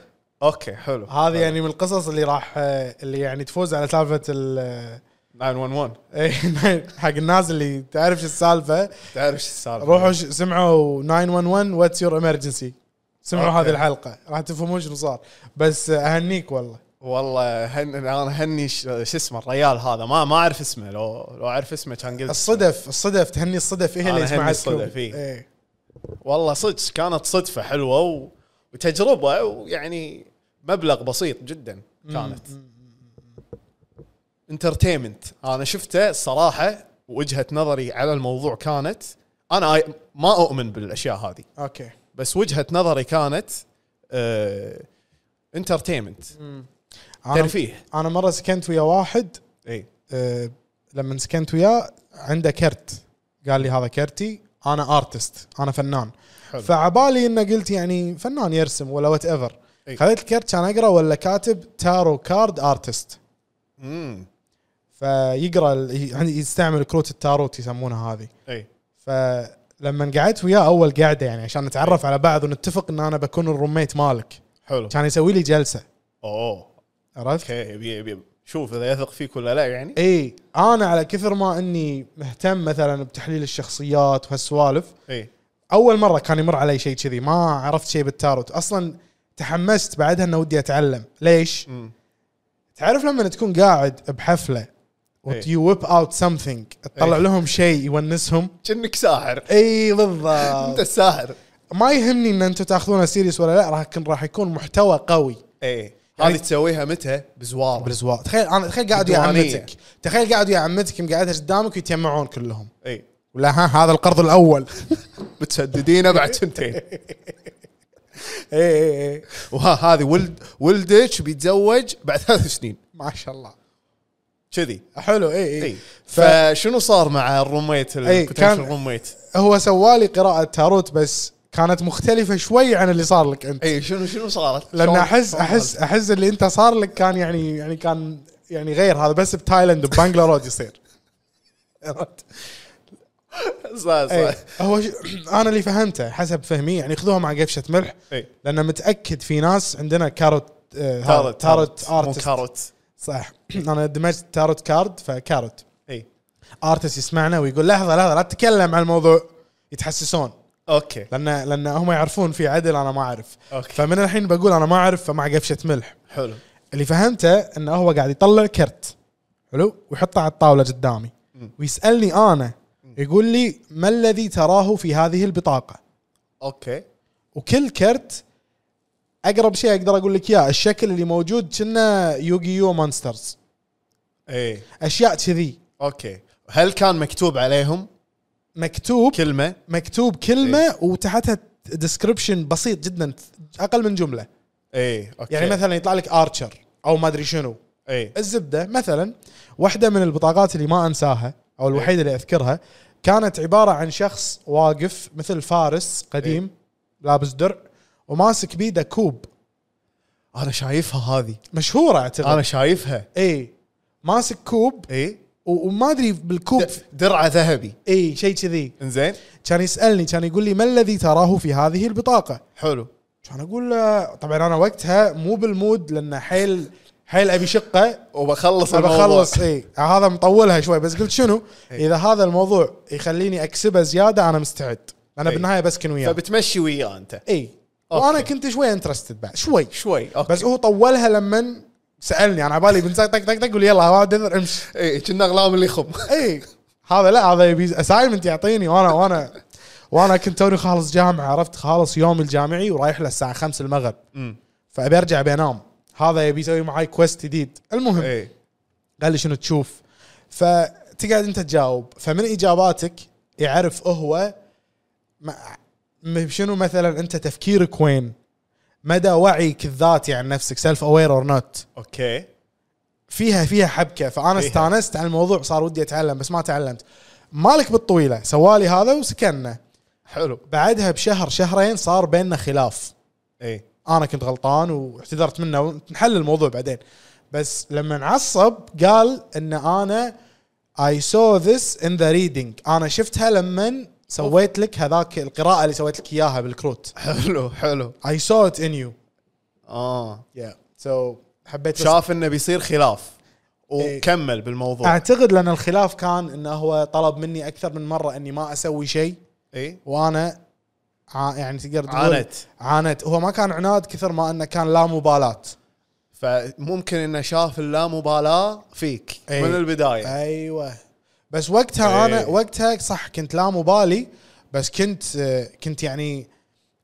C: اوكي حلو
B: هذه يعني من القصص اللي راح اللي يعني تفوز على سالفه ال
C: 911
B: إيه، حق الناس اللي تعرف شو السالفه
C: تعرف شو السالفه
B: روحوا ش- سمعوا 911 واتس يور امرجنسي سمعوا
C: أوكي.
B: هذه الحلقه راح تفهمون شنو صار بس اهنيك والله
C: والله هن انا هني ش- شو اسمه الريال هذا ما ما اعرف اسمه لو لو اعرف اسمه كان قلت
B: الصدف الصدف تهني الصدف هي
C: أنا
B: اللي
C: أهني
B: يسمعها
C: الصدف، إيه.
B: إيه.
C: والله صدق كانت صدفه حلوه و... وتجربه ويعني مبلغ بسيط جدا كانت انترتينمنت انا شفته الصراحه وجهه نظري على الموضوع كانت انا آي- ما اؤمن بالاشياء هذه
B: اوكي
C: بس وجهه نظري كانت آه، انترتينمنت
B: أنا-
C: ترفيه
B: انا مره سكنت ويا واحد
C: اي
B: أه، لما سكنت وياه عنده كرت قال لي هذا كرتي انا ارتست انا فنان
C: حلو.
B: فعبالي انه قلت يعني فنان يرسم ولا وات ايفر
C: إي.
B: خذيت الكرت كان اقرا ولا كاتب تارو كارد ارتست
C: امم
B: فيقرا ال- يعني يستعمل كروت التاروت يسمونها هذه
C: اي
B: فلما قعدت وياه اول قعده يعني عشان نتعرف على بعض ونتفق ان انا بكون الروميت مالك
C: حلو
B: كان يسوي لي جلسه
C: اوه
B: عرفت؟
C: اوكي يبي يبي شوف اذا يثق فيك ولا لا يعني
B: اي انا إيه، على كثر ما اني مهتم مثلا بتحليل الشخصيات وهالسوالف
C: اي
B: اول مره كان يمر علي شيء كذي ما عرفت شيء بالتاروت اصلا تحمست بعدها انه ودي اتعلم ليش؟
C: مم.
B: تعرف لما تكون قاعد بحفله وت يو ويب اوت سمثينج تطلع
C: إيه.
B: لهم شيء يونسهم
C: كأنك ساحر
B: اي
C: انت
B: بالضبط
C: الساحر
B: ما يهمني ان انتم تاخذونه سيريس ولا لا راح يكون راح يكون محتوى قوي
C: اي
B: يعني-
C: هذه تسويها متى إيه. بزوار
B: بالزوار تخيل انا تخيل قاعد ويا
C: بديوانية.
B: عمتك تخيل قاعد ويا عمتك مقعدها قدامك ويتجمعون كلهم
C: اي
B: ولا ها هذا القرض الاول
C: بتسددينه بعد سنتين
B: اي اي اي
C: وها هذه ولد ولدك بيتزوج بعد ثلاث سنين إيه.
B: ما شاء الله
C: كذي
B: حلو إيه، اي
C: اي
B: اي
C: فشنو صار مع الروميت
B: إي،
C: البوتنشل
B: كان-
C: روميت
B: فهو سوالي قراءة تاروت بس كانت مختلفة شوي عن اللي صار لك انت
C: اي شنو شنو صارت؟
B: لان
C: إيه، شلون-
B: احس
C: شلون
B: احس احس اللي انت صار لك كان يعني يعني كان يعني غير هذا بس بتايلند ببنغلورود يصير عرفت؟
C: صارت؟ صح
B: إي.
C: صح
B: هو ش... انا اللي فهمته حسب فهمي يعني خذوها مع قفشه ملح
C: اي
B: لان متاكد في ناس عندنا كاروت آه، هذا،
C: كاروت
B: تاروت
C: مو
B: ارتست
C: كاروت
B: صح انا دمجت تاروت كارد فكاروت
C: اي
B: ارتست يسمعنا ويقول لحظه لحظه لا تتكلم عن الموضوع يتحسسون
C: اوكي
B: لان لان هم يعرفون في عدل انا ما اعرف
C: أوكي.
B: فمن الحين بقول انا ما اعرف فمع قفشه ملح
C: حلو
B: اللي فهمته انه هو قاعد يطلع كرت حلو ويحطه على الطاوله قدامي ويسالني انا يقول لي ما الذي تراه في هذه البطاقه
C: اوكي
B: وكل كرت اقرب شيء اقدر اقول لك اياه الشكل اللي موجود كنا يوغي يو مونسترز
C: اي
B: اشياء كذي
C: اوكي إيه. هل كان مكتوب عليهم
B: مكتوب
C: كلمه
B: مكتوب كلمه إيه؟ وتحتها ديسكربشن بسيط جدا اقل من جمله
C: اي اوكي
B: يعني مثلا يطلع لك ارشر او ما ادري شنو
C: اي
B: الزبده مثلا واحده من البطاقات اللي ما انساها او الوحيده اللي اذكرها كانت عباره عن شخص واقف مثل فارس قديم لابس درع وماسك بيده كوب
C: انا شايفها هذه
B: مشهوره اعتقد
C: انا شايفها
B: اي إيه. ماسك كوب
C: اي
B: و- وما ادري بالكوب
C: د- درعه ذهبي
B: اي شيء كذي
C: انزين
B: كان يسالني كان يقول لي ما الذي تراه في هذه البطاقه
C: حلو
B: كان اقول له طبعا انا آه، وقتها مو بالمود لان حيل حيل ابي شقه
C: وبخلص الموضوع إيه.
B: بخلص إيه. اي هذا مطولها شوي بس قلت شنو؟ اذا هذا الموضوع يخليني اكسبه زياده انا مستعد انا
C: إي.
B: بالنهايه بسكن وياه إيه.
C: فبتمشي وياه انت
B: اي وانا
C: إيه. أوكي.
B: كنت شوي انترستد بعد شوي
C: شوي اوكي
B: بس هو طولها لما سالني انا على بالي بنسى طق طق طق يقول يلا واحد اذر امشي
C: اي إيه، كنا اغلام اللي يخب
B: اي إيه، هذا لا هذا يبي اسايمنت يعطيني وانا وانا وانا كنت توني خالص جامعه عرفت خالص يومي الجامعي ورايح له الساعه 5 المغرب فابي ارجع بنام هذا يبي يسوي معاي كويست جديد المهم
C: اي
B: قال لي شنو تشوف فتقعد انت تجاوب فمن اجاباتك يعرف هو ما- م- شنو مثلا انت تفكيرك وين مدى وعيك الذاتي عن نفسك سيلف اوير اور نوت
C: اوكي
B: فيها فيها حبكه فانا
C: فيها.
B: استانست على الموضوع صار ودي اتعلم بس ما تعلمت مالك بالطويله سوالي هذا وسكننا
C: حلو
B: بعدها بشهر شهرين صار بيننا خلاف
C: اي
B: انا كنت غلطان واعتذرت منه ونحل الموضوع بعدين بس لما انعصب قال ان انا I saw this in the reading انا شفتها لما سويت لك هذاك القراءة اللي سويت لك اياها بالكروت
C: حلو حلو
B: I saw it in you
C: اه
B: yeah so حبيت بس-
C: شاف انه بيصير خلاف
B: إيه.
C: وكمل بالموضوع
B: اعتقد لان الخلاف كان انه هو طلب مني اكثر من مرة اني ما اسوي شيء
C: اي
B: وانا ع- يعني تقدر تقول
C: عانت.
B: عانت هو ما كان عناد كثر ما انه كان لا مبالاة
C: فممكن انه شاف اللامبالاه فيك
B: إيه.
C: من البدايه
B: ايوه بس وقتها
C: إيه.
B: انا وقتها صح كنت لا مبالي بس كنت آه، كنت يعني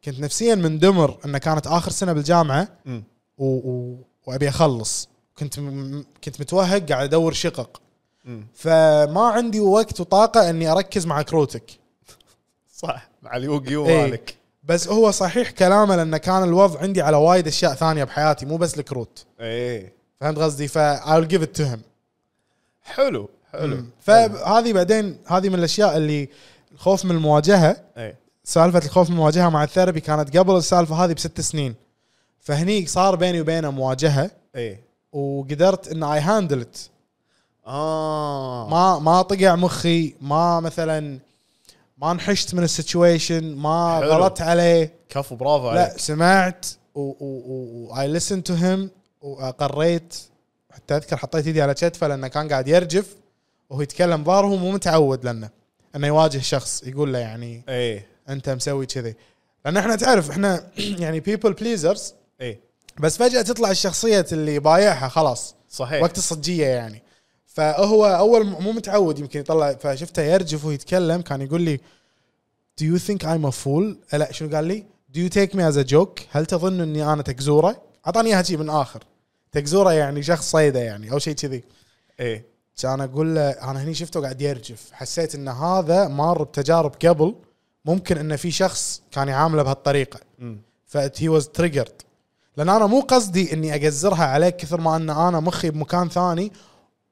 B: كنت نفسيا مندمر انه كانت اخر سنه بالجامعه
C: مم.
B: و... و... وابي اخلص كنت م... كنت متوهق قاعد ادور شقق
C: مم.
B: فما عندي وقت وطاقه اني اركز مع كروتك
C: صح مع اليوغيو
B: إيه.
C: مالك
B: بس هو صحيح كلامه لان كان الوضع عندي على وايد اشياء ثانيه بحياتي مو بس الكروت
C: اي
B: فهمت قصدي فايل جيف ات تو هيم
C: حلو حلو
B: فهذه بعدين هذه من الاشياء اللي الخوف من المواجهه
C: اي
B: سالفه الخوف من المواجهه مع الثيرابي كانت قبل السالفه هذه بست سنين فهني صار بيني وبينه مواجهه
C: اي
B: وقدرت ان اي هاندلت
C: اه
B: ما ما طقع مخي ما مثلا ما انحشت من السيتويشن ما
C: حلو.
B: غلطت عليه
C: كفو برافو
B: لا
C: عليك
B: سمعت واي لسن تو هيم وقريت حتى اذكر حطيت ايدي على كتفه لانه كان قاعد يرجف وهو يتكلم ظاهره مو متعود لانه انه يواجه شخص يقول له يعني
C: اي
B: انت مسوي كذي لان احنا تعرف احنا يعني بيبل بليزرز
C: اي
B: بس فجاه تطلع الشخصيه اللي بايعها خلاص
C: صحيح
B: وقت الصجيه يعني فهو اول م- مو متعود يمكن يطلع فشفته يرجف ويتكلم كان يقول لي Do you think I'm a fool؟ لا شنو قال لي؟ Do you take me as a joke؟ هل تظن اني انا تكزوره؟ اعطاني اياها شي من اخر تكزوره يعني شخص صيده يعني او شيء كذي
C: اي
B: كان اقول له انا هني شفته قاعد يرجف حسيت ان هذا مار بتجارب قبل ممكن انه في شخص كان يعامله بهالطريقه
C: مم.
B: فهي واز تريجرد لان انا مو قصدي اني اجزرها عليك كثر ما ان انا مخي بمكان ثاني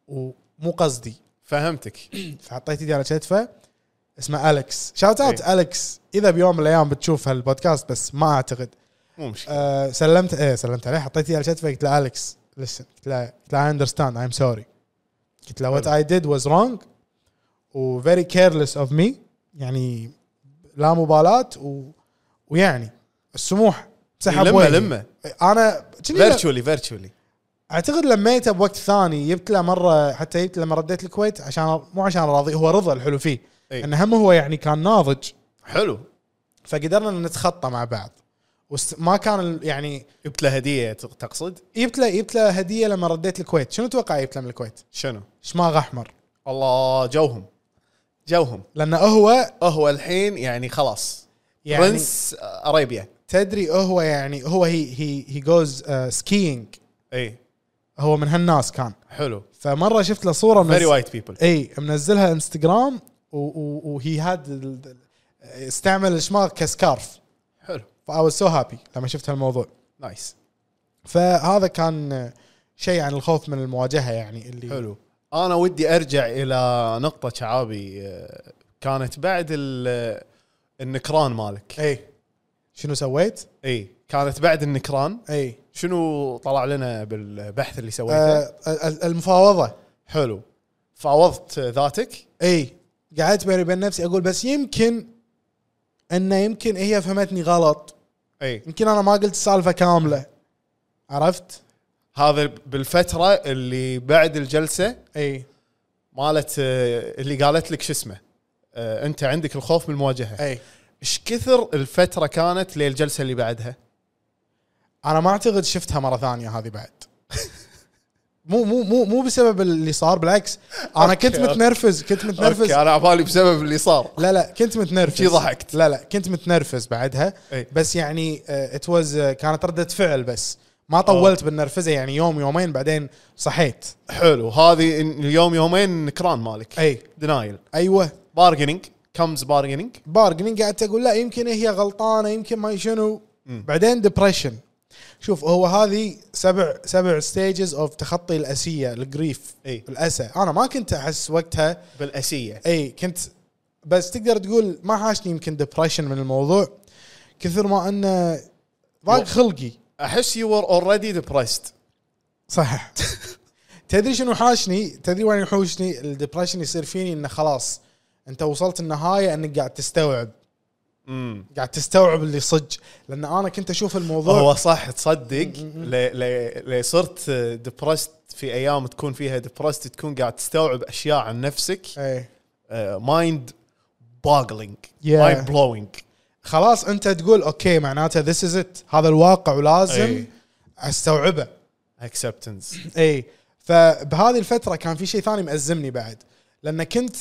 B: ومو قصدي
C: فهمتك
B: فحطيت ايدي على كتفه اسمه الكس شاوت اوت الكس اذا بيوم من الايام بتشوف هالبودكاست بس ما اعتقد
C: مو مشكله
B: أه سلمت ايه سلمت عليه حطيت ايدي على كتفه قلت له الكس لسن قلت له قلت له اي اندرستاند اي ام سوري قلت له وات اي ديد واز رونج و فيري كيرلس اوف مي يعني لا مبالاه و... ويعني السموح سحب
C: لمه
B: وجهي.
C: لمه
B: انا كني
C: فيرتشولي فيرتشولي
B: اعتقد لميته بوقت ثاني جبت له مره حتى جبت لما رديت الكويت عشان مو عشان راضي هو رضا الحلو فيه
C: إي.
B: انه هم هو يعني كان ناضج
C: حلو
B: فقدرنا نتخطى مع بعض وما كان ال- يعني
C: جبت له هديه ت- تقصد
B: جبت له جبت له هديه لما رديت الكويت شنو تتوقع جبت له من الكويت
C: شنو
B: شماغ احمر
C: الله جوهم جوهم
B: لانه هو
C: هو الحين يعني خلاص يعني
B: يعني
C: برنس اريبيا
B: تدري هو يعني هو هي هي هي جوز سكينج
C: اي
B: uh, هو من هالناس كان
C: إيه. حلو
B: فمره شفت له صوره من
C: فيري وايت بيبل
B: اي منزلها انستغرام وهي هاد ال- ال- استعمل الشماغ كسكارف
C: حلو
B: فاي واز سو هابي لما شفت هالموضوع
C: نايس
B: فهذا كان شيء عن الخوف من المواجهه يعني اللي
C: حلو انا ودي ارجع الى نقطه شعابي آه، كانت بعد ال- النكران مالك
B: اي شنو سويت؟
C: اي كانت بعد النكران
B: اي
C: شنو طلع لنا بالبحث اللي سويته
B: آه
C: آه.
B: ال- المفاوضه
C: حلو فاوضت ذاتك
B: اي إيه، قعدت بيني وبين نفسي اقول بس يمكن انه يمكن هي فهمتني غلط
C: اي
B: يمكن انا ما قلت السالفه كامله عرفت؟
C: هذا بالفتره اللي بعد الجلسه
B: اي
C: مالت آه، اللي قالت لك شو اسمه آه، انت عندك الخوف من المواجهه
B: اي
C: ايش كثر الفتره كانت للجلسه اللي بعدها
B: انا ما اعتقد شفتها مره ثانيه هذه بعد مو مو مو مو بسبب اللي صار بالعكس انا
C: أوكي،
B: كنت
C: أوكي.
B: متنرفز كنت متنرفز
C: اوكي انا عبالي بسبب اللي صار
B: لا لا كنت متنرفز
C: شي ضحكت. إيه.
B: لا لا كنت متنرفز بعدها
C: أي.
B: بس يعني ات واز كانت ردة فعل بس ما طولت بالنرفزه يعني يوم يومين بعدين صحيت
C: حلو هذه إن- اليوم يومين نكران مالك
B: اي
C: دينايل
B: ايوه
C: بارجنينج كمز بارجنينج
B: بارجنينج قعدت اقول لا يمكن هي غلطانه يمكن ما شنو بعدين ديبرشن شوف هو هذه سبع سبع ستيجز اوف تخطي الاسيه الجريف
C: أي.
B: الاسى انا ما كنت احس وقتها
C: بالاسيه
B: اي كنت بس تقدر تقول ما حاشني يمكن ديبرشن من الموضوع كثر ما انه ضاق خلقي
C: احس يو ار اوريدي ديبرست
B: صح تدري شنو حاشني تدري وين يحوشني الدبرشن يصير فيني انه خلاص انت وصلت النهايه انك قاعد تستوعب
C: امم
B: قاعد تستوعب اللي صج لان انا كنت اشوف الموضوع
C: هو صح تصدق لي, لي, لي صرت ديبرست في ايام تكون فيها ديبرست تكون قاعد تستوعب اشياء عن نفسك آه،
B: ايه
C: مايند باغلينج
B: Yeah.
C: مايند بلوينج
B: خلاص انت تقول اوكي معناته ذس از ات هذا الواقع ولازم
C: إيه.
B: استوعبه
C: اكسبتنس
B: اي إيه. فبهذه الفتره كان في شيء ثاني مأزمني بعد لان كنت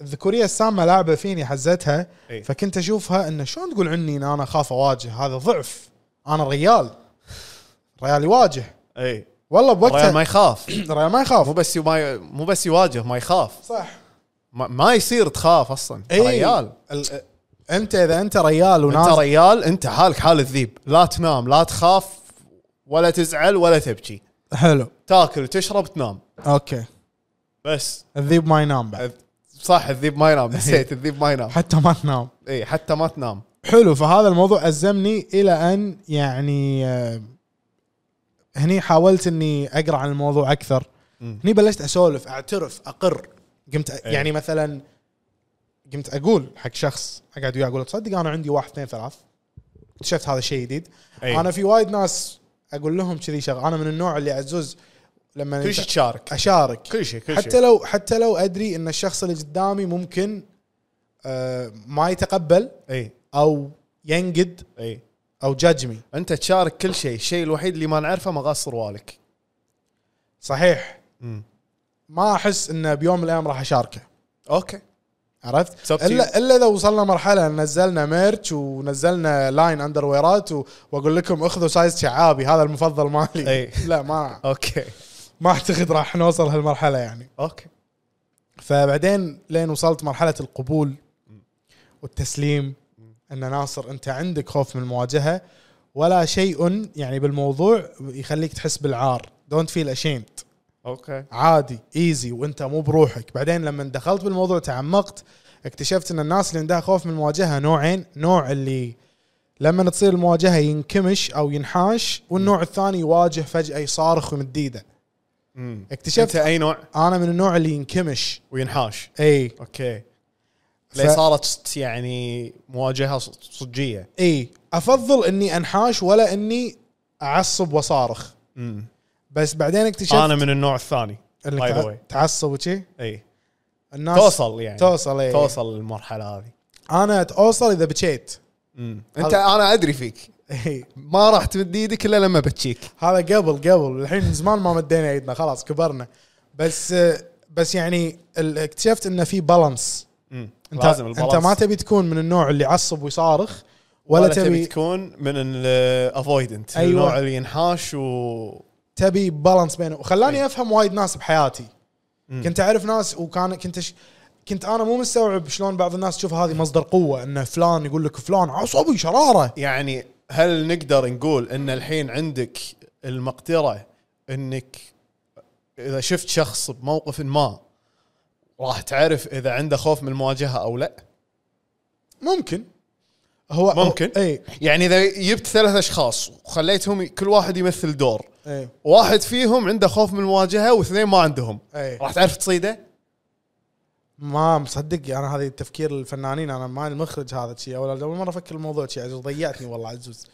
B: الذكوريه السامه لعبه فيني حزتها
C: إي.
B: فكنت اشوفها انه شلون تقول عني ان انا اخاف اواجه هذا ضعف انا ريال ريال يواجه
C: اي
B: والله بوقتها
C: ريال إيه. ما يخاف
B: ريال ما
C: مو
B: يخاف
C: بس ما مو بس يواجه ما يخاف
B: صح
C: ما, ما يصير تخاف اصلا
B: إيه.
C: ريال
B: ال- انت اذا انت ريال وناس
C: انت ريال انت حالك حال الذيب لا تنام لا تخاف ولا تزعل ولا تبكي
B: حلو
C: تاكل تشرب تنام
B: اوكي
C: بس
B: الذيب ما ينام بعد
C: صح الذيب ما ينام نسيت الذيب ما ينام
B: حتى ما تنام
C: اي إيه، حتى ما تنام
B: حلو فهذا الموضوع أزمني إلى أن يعني آه، هني حاولت إني أقرأ عن الموضوع أكثر هني بلشت أسولف أعترف أقر قمت
C: إيه.
B: أ... يعني مثلا قمت أقول حق شخص أقعد وياه أقول تصدق أنا عندي واحد اثنين ثلاث اكتشفت هذا شيء جديد
C: أي.
B: أنا في وايد ناس أقول لهم كذي شغ أنا من النوع اللي عزوز لما
C: كل شيء
B: أنت-
C: تشارك
B: أشارك
C: كل شيء كل
B: حتى
C: شيء
B: لو حتى لو أدري إن الشخص اللي قدامي ممكن آه، ما يتقبل
C: اي
B: او ينقد
C: اي
B: او جاجمي
C: انت إيه. تشارك كل شيء الشيء الوحيد اللي ما نعرفه مغاص سروالك
B: صحيح
C: مم.
B: ما احس انه بيوم من الايام راح اشاركه
C: اوكي
B: عرفت؟
C: It's up to
B: الا الا اذا وصلنا مرحله إن نزلنا ميرش ونزلنا لاين اندرويرات و... واقول لكم اخذوا سايز شعابي هذا المفضل مالي
C: أي.
B: لا ما
C: اوكي
B: ما اعتقد راح نوصل هالمرحله يعني
C: اوكي
B: فبعدين لين وصلت مرحله القبول والتسليم ان ناصر انت عندك خوف من المواجهه ولا شيء يعني بالموضوع يخليك تحس بالعار دونت فيل اشيمد
C: اوكي
B: عادي ايزي وانت مو بروحك بعدين لما دخلت بالموضوع تعمقت اكتشفت ان الناس اللي عندها خوف من المواجهه نوعين نوع اللي لما تصير المواجهه ينكمش او ينحاش والنوع الثاني يواجه فجاه يصارخ ومديده
C: مم. انت
B: اكتشفت
C: اي نوع
B: انا من النوع اللي ينكمش
C: وينحاش
B: اي
C: اوكي
B: ف-
C: ليه صارت يعني مواجهه ص- صجيه
B: اي افضل اني انحاش ولا اني اعصب واصارخ
C: مم.
B: بس بعدين اكتشفت
C: انا من النوع الثاني
B: انك
C: باي ذا
B: تع-
C: واي
B: تعصب وشي
C: اي
B: الناس
C: إيه. توصل يعني
B: توصل إيه. اي توصل
C: توصل للمرحله هذه
B: انا اوصل اذا بكيت
C: مم. انت انا ادري فيك
B: إي.
C: ما راح تمد ايدك الا لما بتشيك
B: هذا قبل قبل الحين من زمان ما مدينا ايدنا خلاص كبرنا بس بس يعني ال- اكتشفت انه في بالانس انت
C: لازم
B: انت ما تبي تكون من النوع اللي يعصب ويصارخ ولا, تبي
C: تكون من الافويدنت
B: أيوة.
C: أيوة. النوع اللي ينحاش و
B: تبي بالانس بينه
C: إيه.
B: وخلاني افهم وايد ناس بحياتي كنت اعرف ناس وكان كنت ش... كنت انا مو مستوعب شلون بعض الناس تشوف هذه مصدر قوه انه فلان يقول لك فلان عصبي شراره
C: يعني هل نقدر نقول ان الحين عندك المقدره انك اذا شفت شخص بموقف ما راح تعرف اذا عنده خوف من المواجهه او لا
B: ممكن هو إيه.
C: ممكن
B: اي
C: يعني اذا جبت ثلاث اشخاص وخليتهم ي- كل واحد يمثل دور
B: اي
C: واحد فيهم عنده خوف من المواجهه واثنين ما عندهم
B: أي.
C: راح تعرف تصيده
B: ما مصدق انا هذه تفكير الفنانين انا ما المخرج هذا شيء اول اول مره افكر الموضوع شيء عزوز ضيعتني والله عزوز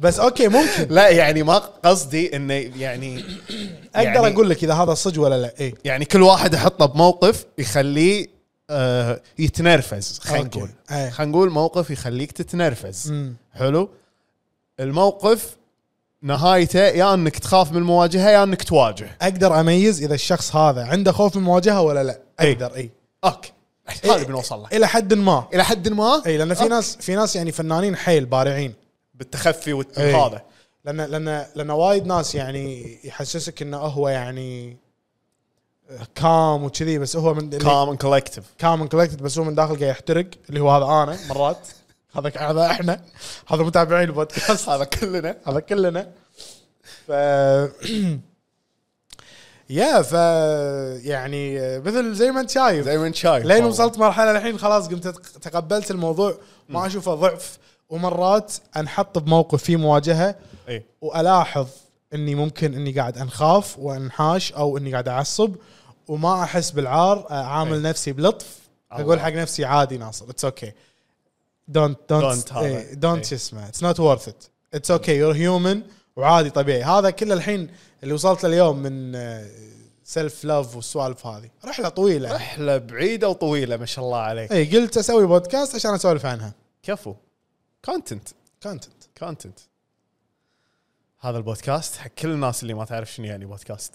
B: بس اوكي ممكن
C: لا يعني ما قصدي انه يعني
B: اقدر
C: يعني-
B: اقول لك اذا هذا صج ولا لا إيه. اي
C: يعني كل واحد احطه بموقف يخليه آه يتنرفز خلينا
B: أوكي.
C: نقول
B: إيه.
C: خلينا نقول موقف يخليك تتنرفز
B: مم.
C: حلو الموقف نهايته يا انك تخاف من المواجهه يا انك تواجه
B: اقدر اميز اذا الشخص هذا عنده خوف من المواجهه ولا لا
C: إيه.
B: اقدر اي
C: اوكي هذا بنوصل له إيه،
B: الى إيه. حد ما
C: الى حد ما
B: اي لان إيه، في
C: أوكي.
B: ناس في ناس يعني فنانين حيل بارعين
C: بالتخفي
B: إي.
C: والهذا
B: لان لان لان وايد ناس يعني يحسسك انه هو يعني كام وكذي بس هو من
C: كام كولكتيف
B: كام كولكتد بس هو من داخل قاعد يحترق اللي هو هذا انا مرات هذا هذا احنا هذا متابعين البودكاست
C: هذا كلنا
B: هذا كلنا ف يا ف يعني مثل زي ما انت شايف
C: زي ما انت شايف
B: لين
C: والله.
B: وصلت مرحله الحين خلاص قمت أتق- تقبلت الموضوع ما اشوفه ضعف ومرات انحط بموقف فيه مواجهه
C: اي
B: والاحظ اني ممكن اني قاعد انخاف وانحاش او اني قاعد اعصب وما احس بالعار اعامل نفسي بلطف اقول
C: الله.
B: حق نفسي عادي ناصر اتس اوكي دونت دونت
C: Don't have it.
B: دونت
C: إيه.
B: شو اسمه اتس نوت ورث ات اتس اوكي يور هيومن وعادي طبيعي هذا كله الحين اللي وصلت له اليوم من سيلف لاف والسوالف هذه رحله طويله
C: رحله بعيده وطويله ما شاء الله عليك
B: اي إيه، قلت اسوي بودكاست عشان اسولف عنها
C: كفو كونتنت
B: كونتنت
C: كونتنت هذا البودكاست حق كل الناس اللي ما تعرف شنو يعني بودكاست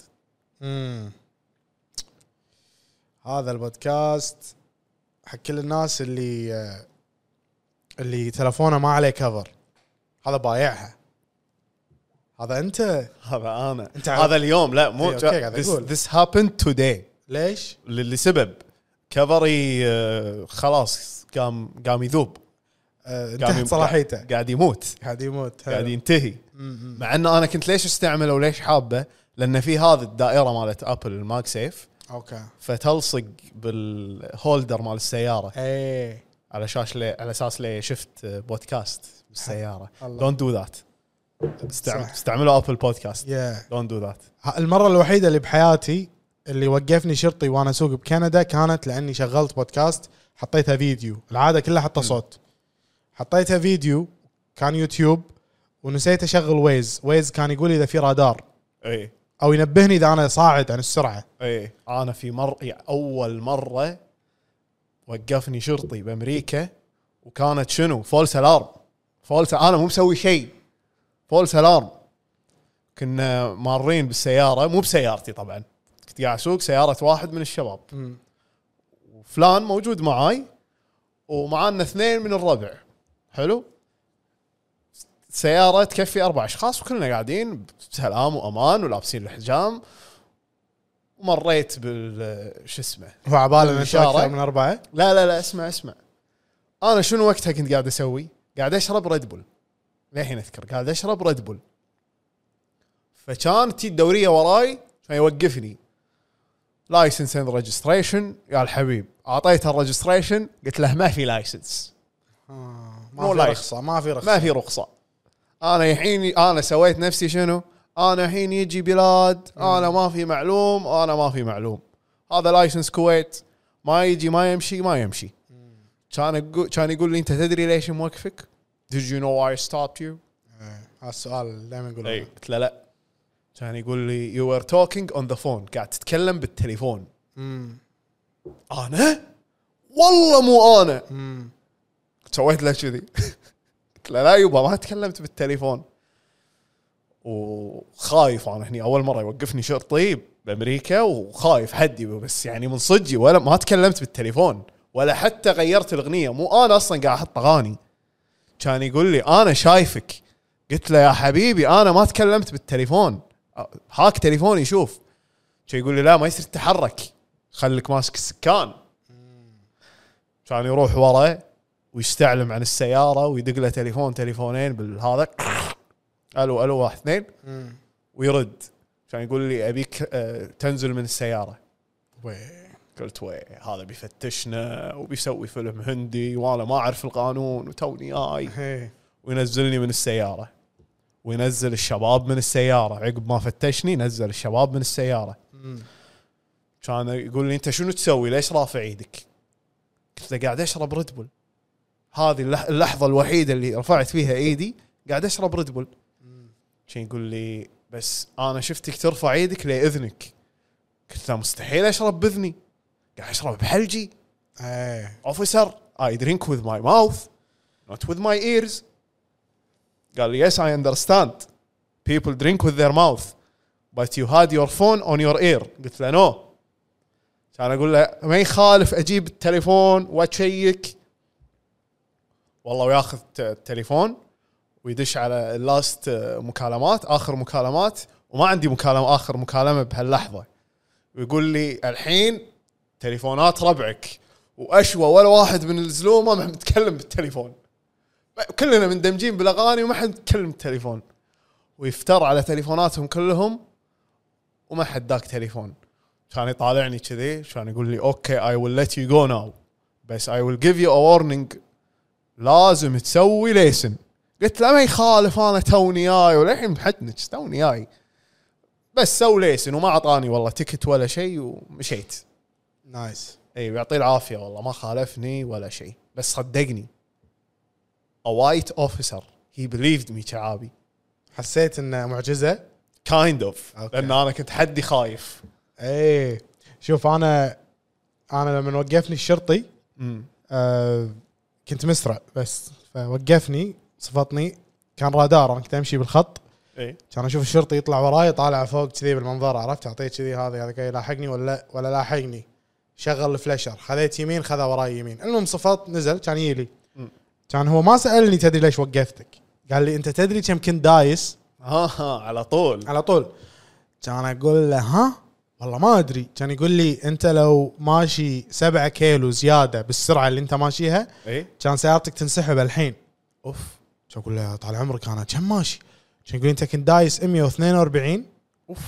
B: هذا البودكاست حق كل الناس اللي آه، اللي تلفونه ما عليه كفر هذا بايعها هذا انت
C: هذا انا
B: أنت عارف-
C: هذا اليوم لا مو
B: إي، أوكي، قاعد
C: this,
B: أقول.
C: this happened today
B: ليش؟
C: ل- لسبب كفري آه، خلاص قام قام يذوب
B: آه،
C: قام
B: انتهت
C: يم-
B: صلاحيته
C: قاعد يموت
B: قاعد يموت
C: قاعد ينتهي مع انه انا كنت ليش استعمله وليش حابه لان في هذه الدائره مالت ابل الماج سيف
B: اوكي
C: فتلصق بالهولدر مال السياره
B: ايه
C: على شاش لي على اساس لي شفت بودكاست بالسياره
B: الله.
C: دونت دو ذات
B: صح.
C: استعملوا ابل بودكاست
B: يا
C: دونت دو ذات
B: ه- المره الوحيده اللي بحياتي اللي وقفني شرطي وانا اسوق بكندا كانت لاني شغلت بودكاست حطيتها فيديو العاده كلها حطه صوت حطيتها فيديو كان يوتيوب ونسيت اشغل ويز ويز كان يقول اذا في رادار
C: اي
B: او ينبهني اذا انا صاعد عن السرعه
C: اي انا في مر يعني اول مره وقفني شرطي بامريكا وكانت شنو فولس الارم فولس انا مو مسوي شيء فولس الارم كنا مارين بالسياره مو بسيارتي طبعا كنت قاعد اسوق سياره واحد من الشباب وفلان موجود معاي ومعانا اثنين من الربع حلو سياره تكفي اربع اشخاص وكلنا قاعدين بسلام وامان ولابسين الحجام ومريت بال شو اسمه
B: هو عباله ان أنت
C: الإشارة.
B: اكثر من اربعه
C: لا لا لا اسمع اسمع انا شنو وقتها كنت قاعد اسوي؟ قاعد اشرب ريد بول للحين اذكر قاعد اشرب ريد بول فكان تي الدوريه وراي عشان يوقفني لايسنس اند ريجستريشن يا الحبيب اعطيته الريجستريشن قلت له ما في لايسنس
B: ما في
C: لايف.
B: رخصه ما في رخصه
C: ما في رخصه انا الحين انا سويت نفسي شنو؟ انا الحين يجي بلاد انا ما في معلوم انا ما في معلوم هذا لايسنس كويت ما يجي ما يمشي ما يمشي كان يقول كان يقول لي انت تدري ليش موقفك؟ Did you know I stopped you؟
B: إيه. هذا السؤال اللي دائما
C: اي
B: يقولونه
C: إيه، قلت له لا كان يقول لي you were talking on the phone قاعد تتكلم بالتليفون
B: مم.
C: انا؟ والله مو انا
B: مم.
C: سويت له كذي قلت له لا يبا ما تكلمت بالتليفون وخايف انا هني اول مره يوقفني شرطي بامريكا وخايف حدي بس يعني من صدقي ولا ما تكلمت بالتليفون ولا حتى غيرت الاغنيه مو انا اصلا قاعد احط اغاني كان يقول لي انا شايفك قلت له يا حبيبي انا ما تكلمت بالتليفون هاك تليفوني شوف كان يقول لي لا ما يصير تتحرك خليك ماسك السكان كان يروح ورا ويستعلم عن السياره ويدق له تليفون تليفونين بالهذا الو الو واحد اثنين
B: مم.
C: ويرد عشان يقول لي ابيك آه، تنزل من السياره
B: وي.
C: قلت وي هذا بيفتشنا وبيسوي فيلم هندي وانا ما اعرف القانون وتوني جاي
B: إيه.
C: وينزلني من السياره وينزل الشباب من السياره عقب ما فتشني نزل الشباب من السياره
B: مم.
C: كان يقول لي انت شنو تسوي ليش رافع ايدك؟ قلت له قاعد اشرب ريد بول هذه اللح- اللحظه الوحيده اللي رفعت فيها ايدي قاعد اشرب ريد بول كان يقول لي بس انا شفتك ترفع ايدك لاذنك قلت له مستحيل اشرب باذني قاعد اشرب بحلجي
B: ايه
C: officer I drink with my mouth not with my ears قال لي yes I understand people drink with their mouth but you had your phone on your ear قلت له no كان اقول له ما يخالف اجيب التليفون واشيك والله وياخذ ت- التليفون ويدش على اللاست مكالمات اخر مكالمات وما عندي مكالمه اخر مكالمه بهاللحظه ويقول لي الحين تليفونات ربعك واشوى ولا واحد من الزلومه ما متكلم بالتليفون كلنا مندمجين بالاغاني وما حد متكلم بالتليفون ويفتر على تليفوناتهم كلهم وما حد ذاك تليفون كان يطالعني كذي كان يقول لي اوكي اي ويل ليت يو جو ناو بس اي ويل جيف يو ا وورنينج لازم تسوي ليسن قلت له ما يخالف انا توني جاي وللحين بحدنك توني جاي بس سوي ليسن وما اعطاني والله تكت ولا شيء ومشيت
B: نايس
C: اي يعطيه العافيه إيه، والله ما خالفني ولا شيء بس صدقني a white officer he believed me شعابي
B: حسيت انه معجزه
C: kind of
B: أوكي.
C: لان انا كنت حدي خايف
B: ايه شوف انا انا لما وقفني الشرطي
C: امم
B: آه كنت مسرع بس فوقفني صفطني كان رادار انا كنت امشي بالخط
C: اي
B: كان اشوف الشرطي يطلع وراي طالع فوق كذي بالمنظر عرفت اعطيه كذي هذا هذا قاعد يلاحقني ولا ولا لاحقني شغل الفلاشر خذيت يمين خذا وراي يمين المهم صفط نزل كان يجي
C: مم.
B: كان هو ما سالني تدري ليش وقفتك قال لي انت تدري كم كنت دايس
C: ها ها على طول
B: على طول كان اقول له ها والله ما ادري كان يقول لي انت لو ماشي سبعة كيلو زياده بالسرعه اللي انت ماشيها
C: اي
B: كان سيارتك تنسحب الحين
C: اوف
B: كان اقول له طال عمرك انا كم ماشي كان يقول لي انت كنت دايس 142
C: اوف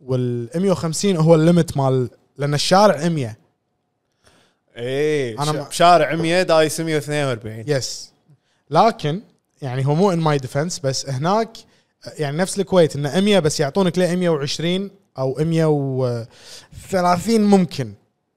B: وال 150 هو الليمت مال لان الشارع 100
C: اي
B: أنا
C: انا
B: ما-
C: إيه، شارع 100 دايس 142
B: يس لكن يعني هو مو ان ماي ديفنس بس هناك يعني نفس الكويت انه 100 بس يعطونك ل 120 او 130 ممكن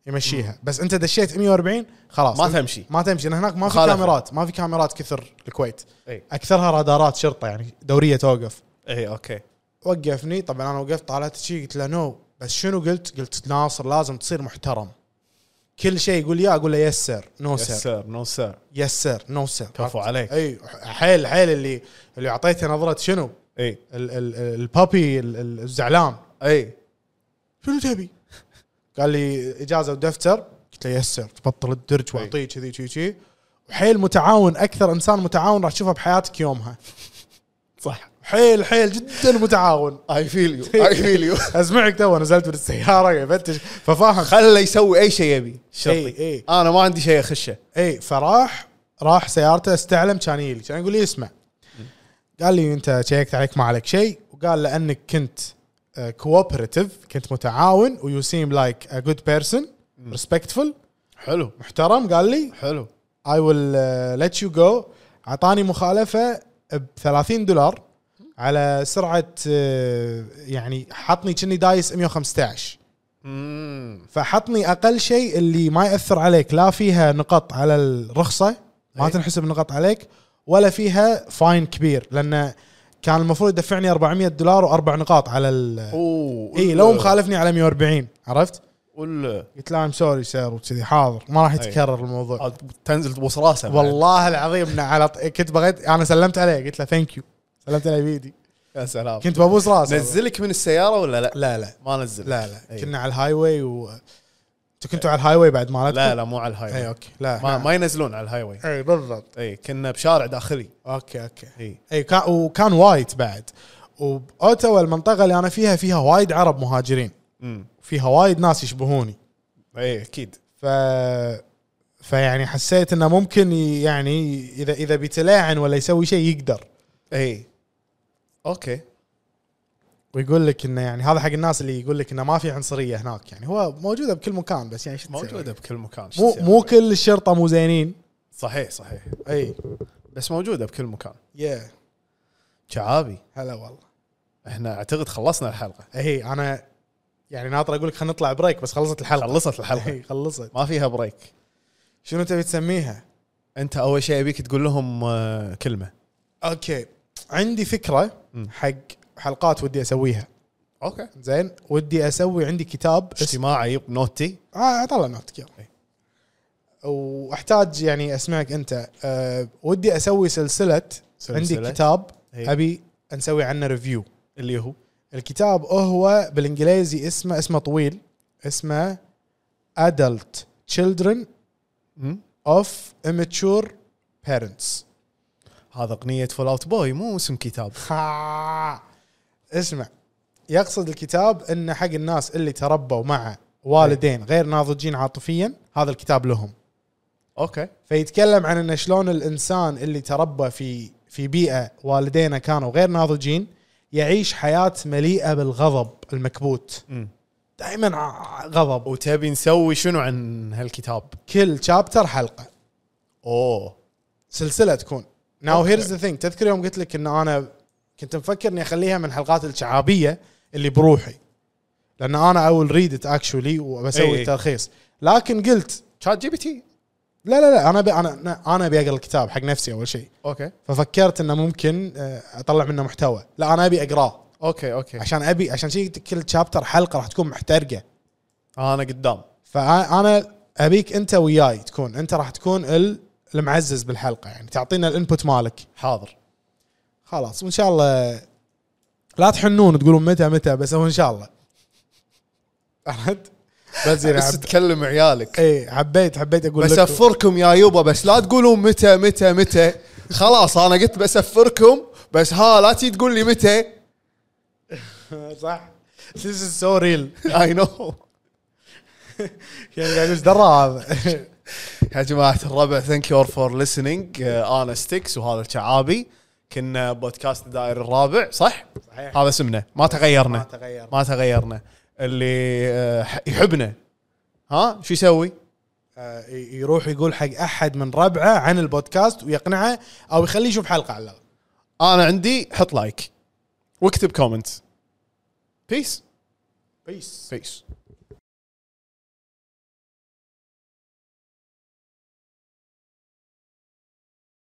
B: يمشيها بس انت دشيت 140 خلاص
C: ما تمشي.
B: ما تمشي لان هناك ما في
C: مخالفة.
B: كاميرات ما في كاميرات كثر الكويت
C: اي
B: اكثرها رادارات شرطه يعني دوريه توقف
C: اي اوكي
B: وقفني طبعا انا وقفت طالعت شي قلت له نو بس شنو قلت؟ قلت ناصر لازم تصير محترم كل شيء يقول يا اقول له يس سير نو
C: يس
B: سير
C: سير نو سير
B: يس سير نو سير
C: كفو عليك.
B: اي إيه، حيل حيل اللي اللي اعطيته نظره شنو؟
C: اي
B: ال- ال- ال- البابي ال- ال- الزعلان
C: اي
B: شنو تبي؟ قال لي اجازه ودفتر قلت له يس سير تبطل الدرج
C: أي.
B: واعطيه كذي كذي كذي وحيل متعاون اكثر انسان متعاون راح تشوفه بحياتك يومها
C: صح
B: حيل حيل جدا متعاون
C: اي فيل يو اي فيل يو
B: اسمعك تو نزلت من السياره قاعد يفتش ففاهم
C: خله يسوي اي شيء يبي شرطي
B: إي، إي.
C: انا ما عندي شيء اخشه
B: اي إيه، فراح راح سيارته استعلم كان يلي كان يقول لي اسمع قال لي انت شيكت عليك ما عليك شيء وقال لانك كنت كوبرتيف كنت متعاون ويو سيم لايك ا جود بيرسون ريسبكتفul
C: حلو
B: محترم قال لي آه،
C: حلو
B: اي ويل ليت يو جو اعطاني مخالفه ب 30 دولار على سرعه آه، يعني حطني كني دايس 115
C: امم
B: فحطني اقل شيء اللي ما ياثر عليك لا فيها نقط على الرخصه ما
C: أي.
B: تنحسب نقط عليك ولا فيها فاين كبير لان كان المفروض يدفعني 400 دولار واربع نقاط على ال
C: اوه
B: اي إيه، لو مخالفني على 140 عرفت؟
C: ولا
B: قلت له ام سوري سير وكذي حاضر ما راح
C: أي.
B: يتكرر الموضوع
C: آه، تنزل تبوس راسه بعد.
B: والله العظيم إنه على ط- كنت بغيت انا سلمت عليه قلت له ثانك يو سلمت عليه بيدي
C: يا سلام
B: كنت ببوس راسه
C: نزلك من السياره ولا لا؟
B: لا لا
C: ما نزل
B: لا لا
C: كنا
B: كنا على الهاي واي و انتوا كنتوا على الهاي واي بعد مالتكم؟
C: لا لا مو على
B: اي
C: الهاي
B: اوكي لا
C: ما, ما ينزلون على الهاي واي
B: اي بالضبط
C: اي كنا بشارع داخلي
B: اوكي اوكي
C: اي
B: اي كان وكان وايد بعد وباوتاوا المنطقه اللي انا فيها فيها وايد عرب مهاجرين
C: امم
B: فيها وايد ناس يشبهوني
C: اي اكيد
B: ف فيعني حسيت انه ممكن ي- يعني اذا اذا بيتلاعن ولا يسوي شيء يقدر
C: اي اوكي
B: ويقول لك انه يعني هذا حق الناس اللي يقول لك انه ما في عنصريه هناك يعني هو موجوده بكل مكان بس يعني شو تسوي؟
C: موجوده بكل مكان
B: مو
C: شو
B: مو
C: تسوي؟
B: كل الشرطه مو زينين
C: صحيح صحيح
B: اي
C: بس موجوده بكل مكان
B: يا
C: شعابي
B: هلا والله
C: احنا اعتقد خلصنا الحلقه
B: اي انا يعني ناطر اقول لك خلينا نطلع بريك بس خلصت الحلقه
C: خلصت الحلقه
B: إي، خلصت
C: ما فيها بريك
B: شنو تبي تسميها؟
C: انت اول شيء ابيك تقول لهم آه، كلمه
B: اوكي عندي فكره
C: مم.
B: حق حلقات ودي اسويها
C: اوكي
B: زين ودي اسوي عندي كتاب اسمه آه،
C: اجتماعي بنوتي
B: اه طلع نوتك يلا واحتاج يعني اسمعك انت أه ودي اسوي سلسله, سلسلة.
C: سلسلة.
B: عندي كتاب
C: هي.
B: ابي نسوي عنه ريفيو
C: اللي هو
B: الكتاب هو بالانجليزي اسمه اسمه طويل اسمه Adult Children
C: مم؟
B: of Immature Parents
C: هذا اغنيه فول اوت بوي مو اسم كتاب
B: ها. اسمع يقصد الكتاب انه حق الناس اللي تربوا مع والدين غير ناضجين عاطفيا هذا الكتاب لهم
C: اوكي
B: فيتكلم عن انه شلون الانسان اللي تربى في في بيئه والدينه كانوا غير ناضجين يعيش حياه مليئه بالغضب المكبوت
C: مم.
B: دائما غضب
C: وتبي نسوي شنو عن هالكتاب
B: كل شابتر حلقه
C: اوه
B: سلسله تكون ناو
C: أوكي.
B: هيرز ذا ثينج تذكر يوم قلت لك ان انا كنت مفكر اني اخليها من الحلقات الشعابيه اللي بروحي لان انا اول ريد ات اكشولي
C: إي
B: وبسوي
C: إي.
B: التلخيص لكن قلت
C: شات جي بي تي
B: لا لا لا انا بي انا انا انا ابي اقرا الكتاب حق نفسي اول شيء
C: اوكي
B: ففكرت انه ممكن آه، اطلع منه محتوى لا انا ابي اقراه
C: اوكي اوكي
B: عشان ابي عشان شيء كل شابتر حلقه راح تكون محترقه
C: انا قدام
B: فانا ابيك انت وياي تكون انت راح تكون ال- المعزز بالحلقه يعني تعطينا الانبوت مالك
C: حاضر
B: خلاص وان شاء الله لا تحنون تقولون متى متى بس هو ان شاء الله عرفت؟ بس يعني
C: بس
B: عب...
C: تكلم عيالك
B: اي إيه، حبيت حبيت اقول لكم.
C: بسفركم يا يوبا بس لا تقولون متى متى متى خلاص انا قلت بسفركم بس ها لا تي تقول لي متى
B: صح This is so real
C: اي نو
B: يعني قاعد ايش درى هذا
C: يا جماعة الربع ثانك يو فور ليسننج انا آه، ستيكس وهذا الشعابي كنا بودكاست الدائر الرابع صح؟
B: صحيح.
C: هذا اسمنا ما تغيرنا
B: ما تغيرنا.
C: ما تغيرنا اللي آه، ح- يحبنا ها شو يسوي؟
B: آه، ي- يروح يقول حق احد من ربعه عن البودكاست ويقنعه او يخليه يشوف حلقه على الاقل
C: انا عندي حط لايك واكتب كومنت بيس
B: بيس
C: بيس